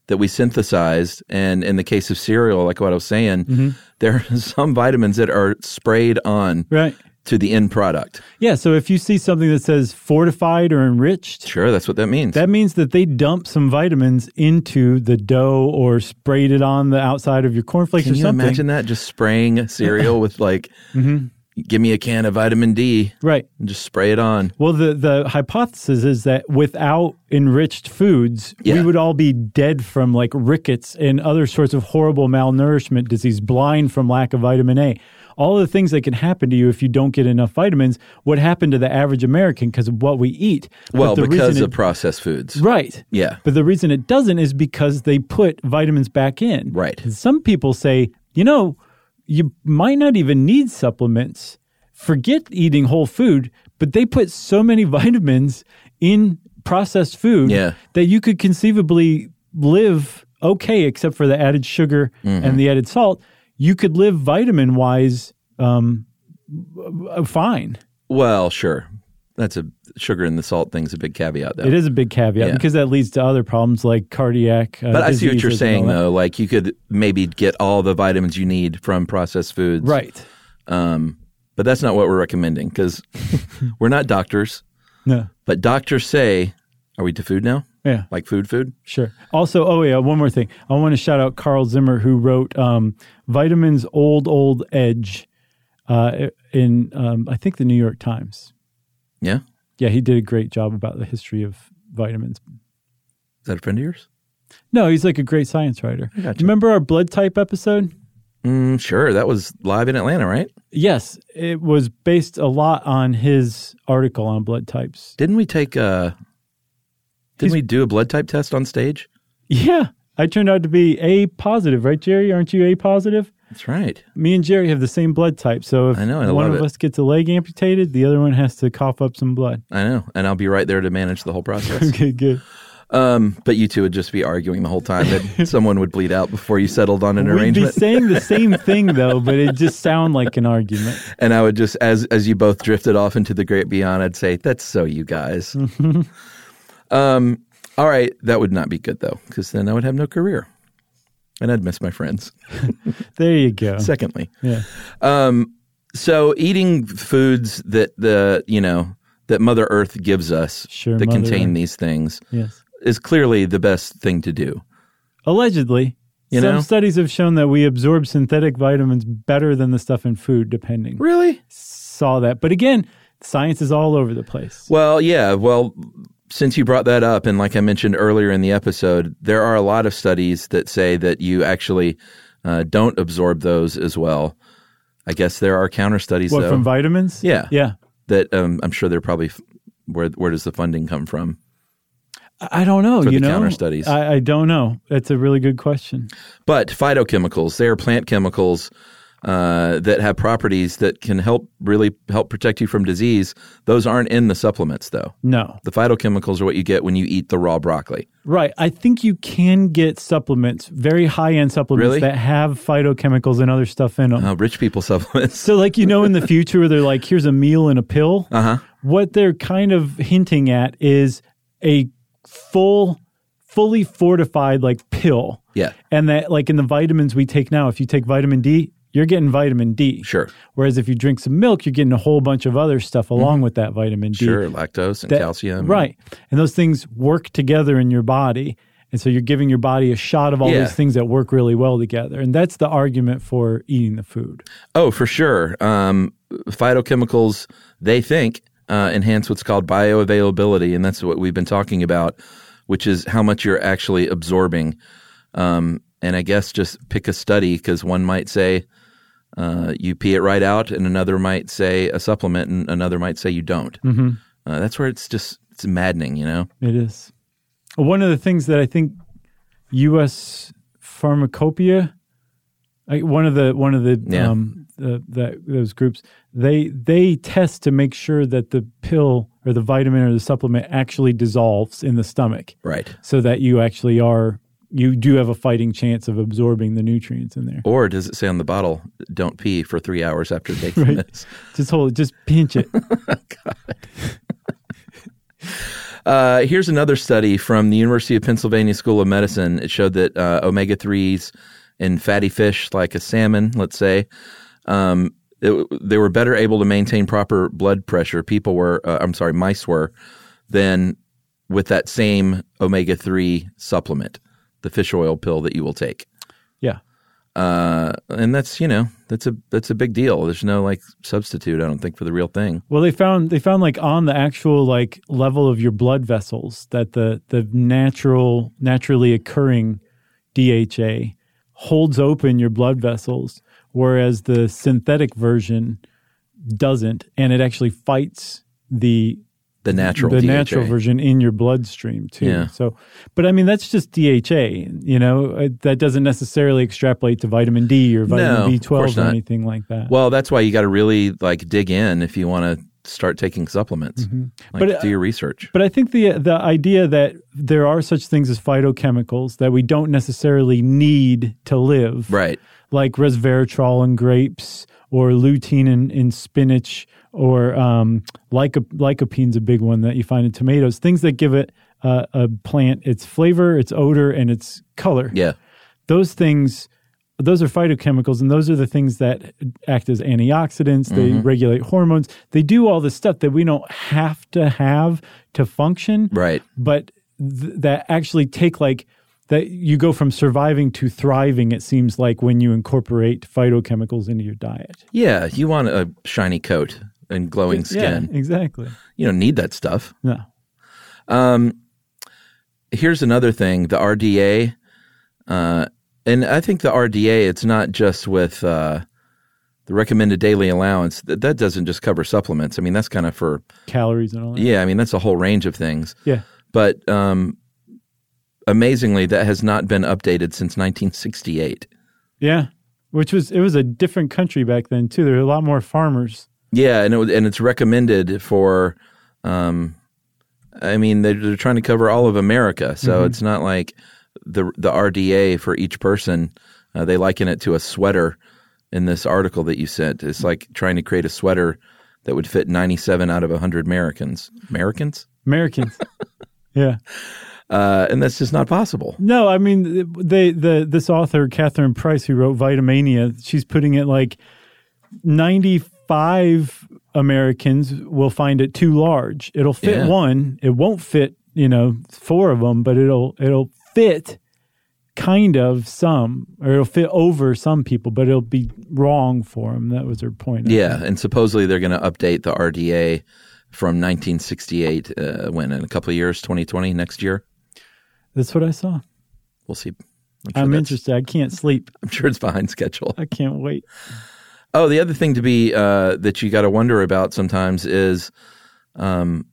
Speaker 3: that we synthesized. And in the case of cereal, like what I was saying,
Speaker 2: Mm-hmm.
Speaker 3: there are some vitamins that are sprayed on
Speaker 2: Right.
Speaker 3: to the end product.
Speaker 2: Yeah, so if you see something that says fortified or enriched,
Speaker 3: Sure, that's what that means.
Speaker 2: That means that they dumped some vitamins into the dough or sprayed it on the outside of your cornflakes
Speaker 3: Can
Speaker 2: or
Speaker 3: you
Speaker 2: something.
Speaker 3: imagine that? Just spraying cereal with like,
Speaker 2: Mm-hmm.
Speaker 3: give me a can of vitamin D
Speaker 2: Right.
Speaker 3: and just spray it on.
Speaker 2: Well, the, the hypothesis is that without enriched foods, we
Speaker 3: Yeah.
Speaker 2: would all be dead from like rickets and other sorts of horrible malnourishment disease, blind from lack of vitamin A. All of the things that can happen to you if you don't get enough vitamins would happen to the average American because of what we eat. But
Speaker 3: Well,
Speaker 2: the
Speaker 3: because
Speaker 2: reason
Speaker 3: of
Speaker 2: it-
Speaker 3: processed foods.
Speaker 2: Right.
Speaker 3: Yeah.
Speaker 2: But the reason it doesn't is because they put vitamins back in.
Speaker 3: Right.
Speaker 2: And some people say, you know, you might not even need supplements. Forget eating whole food, but they put so many vitamins in processed food
Speaker 3: Yeah.
Speaker 2: that you could conceivably live okay, except for the added sugar
Speaker 3: Mm-hmm.
Speaker 2: and the added salt. You could live vitamin wise um, uh, fine.
Speaker 3: Well, sure. That's a sugar and the salt thing's a big caveat though.
Speaker 2: It is a big caveat
Speaker 3: Yeah.
Speaker 2: because that leads to other problems like cardiac. Uh,
Speaker 3: But I see what you're
Speaker 2: diseases and all
Speaker 3: saying
Speaker 2: that.
Speaker 3: though. Like you could maybe get all the vitamins you need from processed foods.
Speaker 2: Right.
Speaker 3: Um, but that's not what we're recommending because we're not doctors.
Speaker 2: No.
Speaker 3: But doctors say, are we to food now?
Speaker 2: Yeah.
Speaker 3: Like food, food?
Speaker 2: Sure. Also, oh yeah, one more thing. I want to shout out Carl Zimmer who wrote um, "Vitamins Old Old Edge" uh, in um, I think the New York Times.
Speaker 3: Yeah. Is
Speaker 2: Yeah, he did a great job about the history of vitamins.
Speaker 3: that a friend of yours?
Speaker 2: No, he's like a great science writer.
Speaker 3: gotcha.
Speaker 2: Remember our blood type episode?
Speaker 3: Mm, sure. That was live in Atlanta, right?
Speaker 2: Yes, it was based a lot on his article on blood types.
Speaker 3: Didn't we take uh didn't we do a blood type test on stage?
Speaker 2: Yeah, I turned out to be A positive, right, Jerry? Aren't you A positive?
Speaker 3: That's right.
Speaker 2: Me and Jerry have the same blood type, so if
Speaker 3: I know, I
Speaker 2: one
Speaker 3: love
Speaker 2: of
Speaker 3: it.
Speaker 2: us gets a leg amputated, the other one has to cough up some blood.
Speaker 3: I know. And I'll be right there to manage the whole process.
Speaker 2: Okay, good.
Speaker 3: Um, but you two would just be arguing the whole time that someone would bleed out before you settled on an
Speaker 2: We'd be
Speaker 3: arrangement.
Speaker 2: saying the same thing though, but it just sound like an argument.
Speaker 3: and I would just, as as you both drifted off into the great beyond, I'd say, "That's so you guys." um, all right, that would not be good though, because then I would have no career, and I'd miss my friends.
Speaker 2: There you go.
Speaker 3: Secondly,
Speaker 2: Yeah.
Speaker 3: um, so eating foods that the you know that Mother Earth gives us
Speaker 2: Sure,
Speaker 3: that
Speaker 2: Mother
Speaker 3: contain
Speaker 2: Earth.
Speaker 3: these things
Speaker 2: Yes.
Speaker 3: is clearly the best thing to do.
Speaker 2: Allegedly,
Speaker 3: You
Speaker 2: some
Speaker 3: know?
Speaker 2: studies have shown that we absorb synthetic vitamins better than the stuff in food. Depending,
Speaker 3: Really?
Speaker 2: saw that, but again, science is all over the place.
Speaker 3: Well, yeah. Well, since you brought that up, and like I mentioned earlier in the episode, there are a lot of studies that say that you actually uh, don't absorb those as well. I guess there are counter studies
Speaker 2: What
Speaker 3: though
Speaker 2: from vitamins?
Speaker 3: Yeah.
Speaker 2: Yeah.
Speaker 3: that um, I'm sure they're probably f- where where does the funding come from?
Speaker 2: I I don't know.
Speaker 3: For
Speaker 2: you
Speaker 3: the
Speaker 2: know,
Speaker 3: counter studies.
Speaker 2: I, I don't know. That's a really good question.
Speaker 3: But phytochemicals, they are plant chemicals uh, that have properties that can help really help protect you from disease. Those aren't in the supplements though.
Speaker 2: No,
Speaker 3: The phytochemicals are what you get when you eat the raw broccoli.
Speaker 2: Right. I think you can get supplements, very high end supplements
Speaker 3: Really?
Speaker 2: that have phytochemicals and other stuff in them.
Speaker 3: Uh, rich people supplements.
Speaker 2: So, like, you know, in the future where they're like, here's a meal and a pill, uh-huh. what they're kind of hinting at is a full, fully fortified, like, pill.
Speaker 3: Yeah.
Speaker 2: And that, like, in the vitamins we take now, if you take vitamin D, you're getting vitamin D.
Speaker 3: Sure.
Speaker 2: Whereas if you drink some milk, you're getting a whole bunch of other stuff along with that vitamin D
Speaker 3: Mm-hmm. Sure, lactose and
Speaker 2: that-
Speaker 3: calcium.
Speaker 2: Right. And those things work together in your body. And so you're giving your body a shot of all
Speaker 3: Yeah.
Speaker 2: these things that work really well together. And that's the argument for eating the food.
Speaker 3: Oh, for sure. Um, phytochemicals, they think, uh, enhance what's called bioavailability, and that's what we've been talking about, which is how much you're actually absorbing. Um, and I guess just pick a study because one might say uh, you pee it right out, and another might say a supplement, and another might say you don't. Mm-hmm. Uh, that's where it's just it's maddening, you know.
Speaker 2: It is. One of the things that I think U.S. pharmacopoeia, I, one of the one of the
Speaker 3: Yeah.
Speaker 2: um, the, that those groups, they they test to make sure that the pill or the vitamin or the supplement actually dissolves in the stomach,
Speaker 3: Right.
Speaker 2: so that you actually are you do have a fighting chance of absorbing the nutrients in there.
Speaker 3: Or does it say on the bottle, "Don't pee for three hours after taking
Speaker 2: Right.
Speaker 3: this"?
Speaker 2: Just hold it, just pinch it.
Speaker 3: Uh, here's another study from the University of Pennsylvania School of Medicine. It showed that uh, omega 3s in fatty fish, like a salmon, let's say, um, it- they were better able to maintain proper blood pressure. People were, uh, I'm sorry, mice were, than with that same omega 3 supplement, the fish oil pill that you will take.
Speaker 2: yeah,
Speaker 3: Uh, and that's, you know, that's a that's a big deal. There's no like substitute, I don't think, for the real thing.
Speaker 2: Well, they found they found like on the actual like level of your blood vessels that the the natural naturally occurring DHA holds open your blood vessels, whereas the synthetic version doesn't, and it actually fights the
Speaker 3: The natural
Speaker 2: the
Speaker 3: DHA.
Speaker 2: natural version in your bloodstream too.
Speaker 3: Yeah.
Speaker 2: So, but I mean that's just DHA. You know Uh, that doesn't necessarily extrapolate to vitamin D or
Speaker 3: No,
Speaker 2: vitamin B
Speaker 3: of course
Speaker 2: twelve or
Speaker 3: not.
Speaker 2: anything like that.
Speaker 3: Well, that's why you got to really like dig in if you want to start taking supplements. Like,
Speaker 2: But, uh,
Speaker 3: do your research.
Speaker 2: But I think the the idea that there are such things as phytochemicals that we don't necessarily need to live,
Speaker 3: Right.
Speaker 2: like resveratrol in grapes or lutein in, in spinach or um, lyco- lycopene's a big one that you find in tomatoes. Things that give it uh, a plant its flavor, its odor, and its color.
Speaker 3: Yeah.
Speaker 2: Those things. Those are phytochemicals, and those are the things that act as antioxidants. They
Speaker 3: Mm-hmm.
Speaker 2: regulate hormones. They do all the stuff that we don't have to have to function
Speaker 3: Right.
Speaker 2: but th- that actually take like that you go from surviving to thriving it seems like when you incorporate phytochemicals into your diet
Speaker 3: Yeah. You want a shiny coat and glowing skin.
Speaker 2: yeah exactly
Speaker 3: You don't need that stuff.
Speaker 2: no
Speaker 3: Here's another thing the RDA. Uh, and I think the RDA, it's not just with uh, the recommended daily allowance. That, that doesn't just cover supplements. I mean, that's kind of for,
Speaker 2: calories and all that
Speaker 3: yeah, I mean, that's a whole range of things.
Speaker 2: yeah
Speaker 3: But um, amazingly, that has not been updated since 1968.
Speaker 2: yeah which was it was a different country back then too there were a lot more farmers
Speaker 3: Yeah, and it, was- and it's recommended for. Um, I mean, they're, they're trying to cover all of America, so it's not like the the RDA for each person. Uh, they liken it to a sweater in this article that you sent. It's like trying to create a sweater that would fit 97 out of 100 Americans. Americans,
Speaker 2: americans yeah
Speaker 3: uh, and that's just not possible.
Speaker 2: No, I mean they the this author Catherine Price who wrote Vitamania, she's putting it like ninety five Americans will find it too large. It'll fit
Speaker 3: Yeah.
Speaker 2: one. It won't fit you know four of them, but it'll it'll fit kind of some, or it'll fit over some people, but it'll be wrong for them. That was her point. I
Speaker 3: Yeah, and supposedly they're going to update the RDA from 1968 uh, when in a couple of years, 2020, next year.
Speaker 2: that's what I saw.
Speaker 3: We'll see. I'm, sure
Speaker 2: I'm
Speaker 3: that's-
Speaker 2: interested. I can't sleep.
Speaker 3: I'm sure it's behind schedule.
Speaker 2: I can't wait.
Speaker 3: Oh, the other thing to be uh, that you got to wonder about sometimes is um,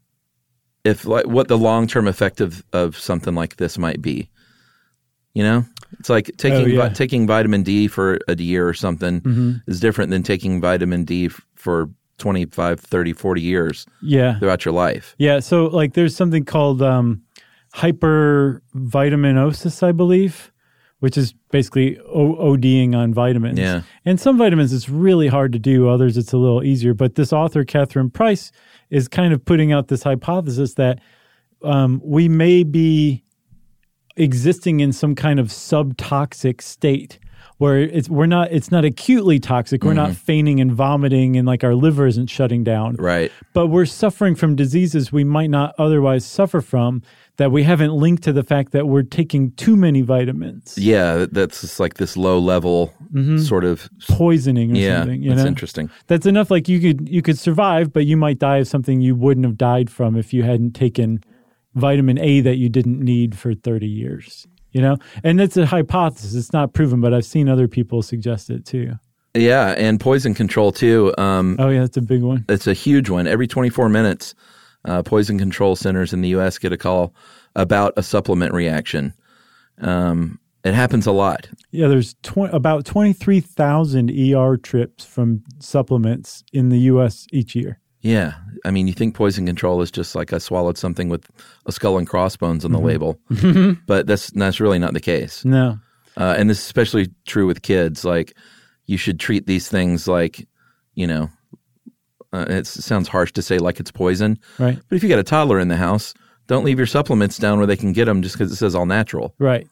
Speaker 3: if like what the long term effect of, of something like this might be. You know, it's like taking vi-
Speaker 2: Oh, yeah. Mm-hmm.
Speaker 3: taking vitamin D for a year or something is different than taking vitamin D f- for 25, 30, 40 years
Speaker 2: Yeah.
Speaker 3: throughout your life.
Speaker 2: Yeah, so like there's something called um, hypervitaminosis, I believe, which is basically o- ODing on vitamins.
Speaker 3: Yeah.
Speaker 2: And some vitamins it's really hard to do, others it's a little easier. But this author, Catherine Price, is kind of putting out this hypothesis that um, we may be existing in some kind of subtoxic state where it's we're not it's not acutely toxic. We're
Speaker 3: Mm-hmm.
Speaker 2: not fainting and vomiting and like our liver isn't shutting down.
Speaker 3: Right.
Speaker 2: But we're suffering from diseases we might not otherwise suffer from that we haven't linked to the fact that we're taking too many vitamins,
Speaker 3: Yeah, that- that's just like this low level sort of.
Speaker 2: poisoning or
Speaker 3: Yeah,
Speaker 2: something. You
Speaker 3: that's
Speaker 2: know?
Speaker 3: interesting.
Speaker 2: That's enough. Like you could you could survive, but you might die of something you wouldn't have died from if you hadn't taken vitamin A that you didn't need for thirty years. You know, and it's a hypothesis. It's not proven, but I've seen other people suggest it too.
Speaker 3: Yeah, and poison control too. Um,
Speaker 2: Oh yeah, that's a big one.
Speaker 3: it's a huge one. Every 24 minutes, uh, poison control centers in the U.S. get a call about a supplement reaction. Um, it happens a lot.
Speaker 2: Yeah, there's tw- about 23,000 ER trips from supplements in the US each year.
Speaker 3: Yeah, I mean, you think poison control is just like I swallowed something with a skull and crossbones on the label, but that's that's really not the case.
Speaker 2: No.
Speaker 3: Uh, and this is especially true with kids. Like, you should treat these things like, you know, uh, it's, it sounds harsh to say like it's poison,
Speaker 2: Right.
Speaker 3: but if you got a toddler in the house, don't leave your supplements down where they can get them just because it says all natural.
Speaker 2: Right.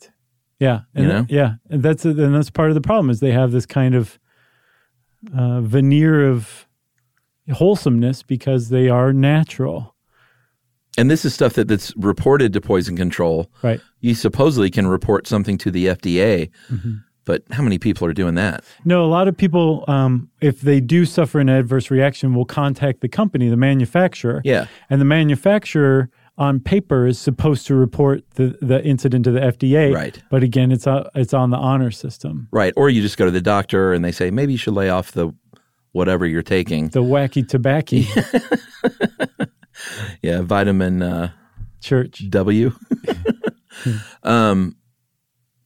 Speaker 2: Yeah. And
Speaker 3: You know?
Speaker 2: yeah, and that's and that's part of the problem is they have this kind of uh, veneer of wholesomeness because they are natural.
Speaker 3: And this is stuff that, that's reported to poison control.
Speaker 2: Right.
Speaker 3: You supposedly can report something to the FDA, but how many people are doing that?
Speaker 2: No, a lot of people, um, if they do suffer an adverse reaction, will contact the company, the manufacturer.
Speaker 3: Yeah.
Speaker 2: And the manufacturer on paper is supposed to report the, the incident to the FDA.
Speaker 3: Right.
Speaker 2: But again, it's, uh, it's on the honor system.
Speaker 3: Right. Or you just go to the doctor and they say, maybe you should lay off the whatever you're taking.
Speaker 2: The wacky tobacco
Speaker 3: Yeah, vitamin uh,
Speaker 2: church.
Speaker 3: W. um,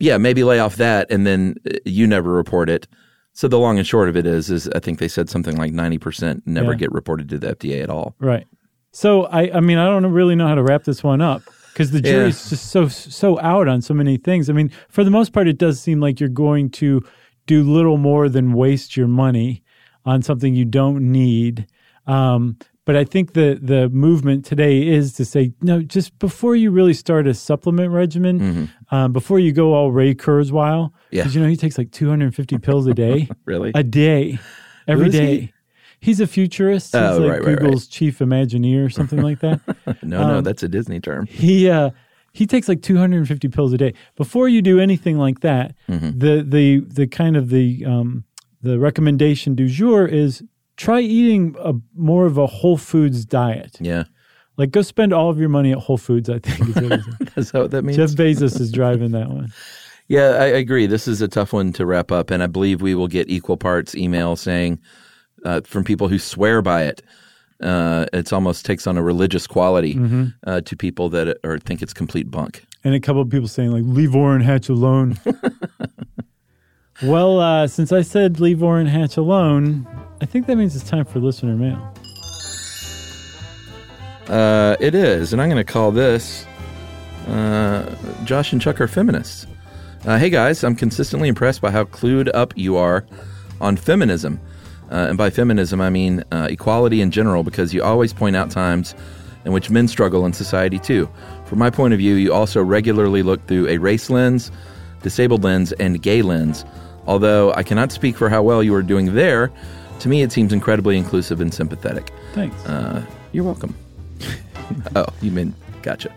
Speaker 3: yeah, maybe lay off that and then uh, you never report it. So the long and short of it is, is I think they said something like 90% never
Speaker 2: Yeah.
Speaker 3: get reported to the FDA at all.
Speaker 2: Right. So I, I mean, I don't really know how to wrap this one up because the jury's just so so out on so many things. I mean, for the most part, it does seem like you're going to do little more than waste your money on something you don't need. Um, but I think the the movement today is to say no. Just before you really start a supplement regimen, um, before you go all Ray Kurzweil,
Speaker 3: Yeah.
Speaker 2: because you know he takes like 250 pills a day,
Speaker 3: Really?
Speaker 2: a day, every
Speaker 3: is he?
Speaker 2: day. He's a futurist. He's
Speaker 3: Oh,
Speaker 2: like
Speaker 3: right, right, right.
Speaker 2: Google's chief imagineer or something like that.
Speaker 3: No,
Speaker 2: um,
Speaker 3: no, that's a Disney term.
Speaker 2: He uh, he takes like 250 pills a day. Before you do anything like that,
Speaker 3: Mm-hmm.
Speaker 2: the the the kind of the um, the recommendation du jour is try eating a more of a whole foods diet.
Speaker 3: Yeah.
Speaker 2: Like go spend all of your money at Whole Foods. I think is what it is.
Speaker 3: That's how that means.
Speaker 2: Jeff Bezos is driving that one.
Speaker 3: Yeah, I I agree. This is a tough one to wrap up, and I believe we will get equal parts email saying uh, from people who swear by it. Uh, it almost takes on a religious quality
Speaker 2: Mm-hmm.
Speaker 3: uh, to people that are, think it's complete bunk.
Speaker 2: and a couple of people saying like leave Orrin Hatch alone. well, uh, since I said leave Orrin Hatch alone, I think that means it's time for listener mail.
Speaker 3: Uh, it is, and I'm going to call this uh, Josh and Chuck are feminists. Uh, hey guys, I'm consistently impressed by how clued up you are on feminism. Uh, and by feminism, I mean uh, equality in general, because you always point out times in which men struggle in society too. From my point of view, you also regularly look through a race lens, disabled lens, and gay lens. Although I cannot speak for how well you are doing there, to me it seems incredibly inclusive and sympathetic.
Speaker 2: Thanks.
Speaker 3: Uh, you're welcome. oh, you mean gotcha.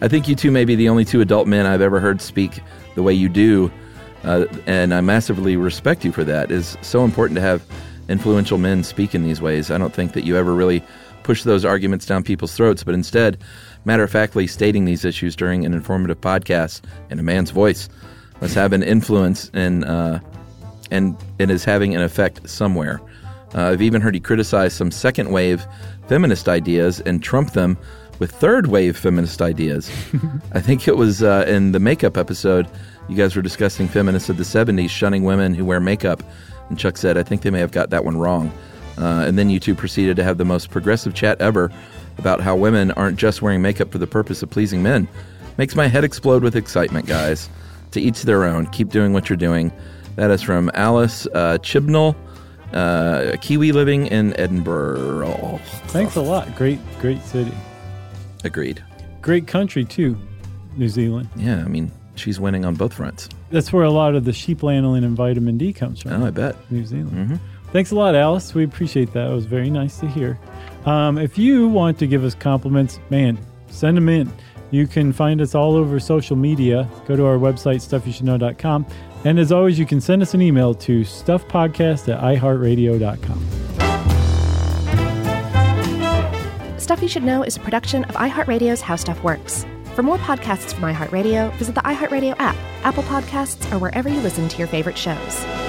Speaker 3: I think you two may be the only two adult men I've ever heard speak the way you do, uh, and I massively respect you for that. It's so important to have influential men speak in these ways. I don't think that you ever really push those arguments down people's throats, but instead, matter of factly stating these issues during an informative podcast in a man's voice must have an influence in. Uh, and it is having an effect somewhere. Uh, I've even heard you criticize some second wave feminist ideas and trump them with third wave feminist ideas. I think it was uh, in the makeup episode, you guys were discussing feminists of the 70s shunning women who wear makeup. And Chuck said, I think they may have got that one wrong. Uh, and then you two proceeded to have the most progressive chat ever about how women aren't just wearing makeup for the purpose of pleasing men. Makes my head explode with excitement, guys. To each their own. Keep doing what you're doing. That is from Alice uh, Chibnall, uh, a Kiwi living in Edinburgh.
Speaker 2: Thanks a lot. Great, great city,
Speaker 3: Agreed.
Speaker 2: great country too, New Zealand.
Speaker 3: Yeah, I mean, she's winning on both fronts.
Speaker 2: That's where a lot of the sheep lanolin and vitamin D comes from.
Speaker 3: Oh, I bet.
Speaker 2: New Zealand. Thanks a lot, Alice. We appreciate that. It was very nice to hear. Um, if you want to give us compliments, man, send them in. You can find us all over social media. Go to our website, stuffyoushouldknow.com. And as always, you can send us an email to stuffpodcast at iheartradio.com.
Speaker 1: Stuff You Should Know is a production of iHeartRadio's How Stuff Works. For more podcasts from iHeartRadio, visit the iHeartRadio app, Apple Podcasts, or wherever you listen to your favorite shows.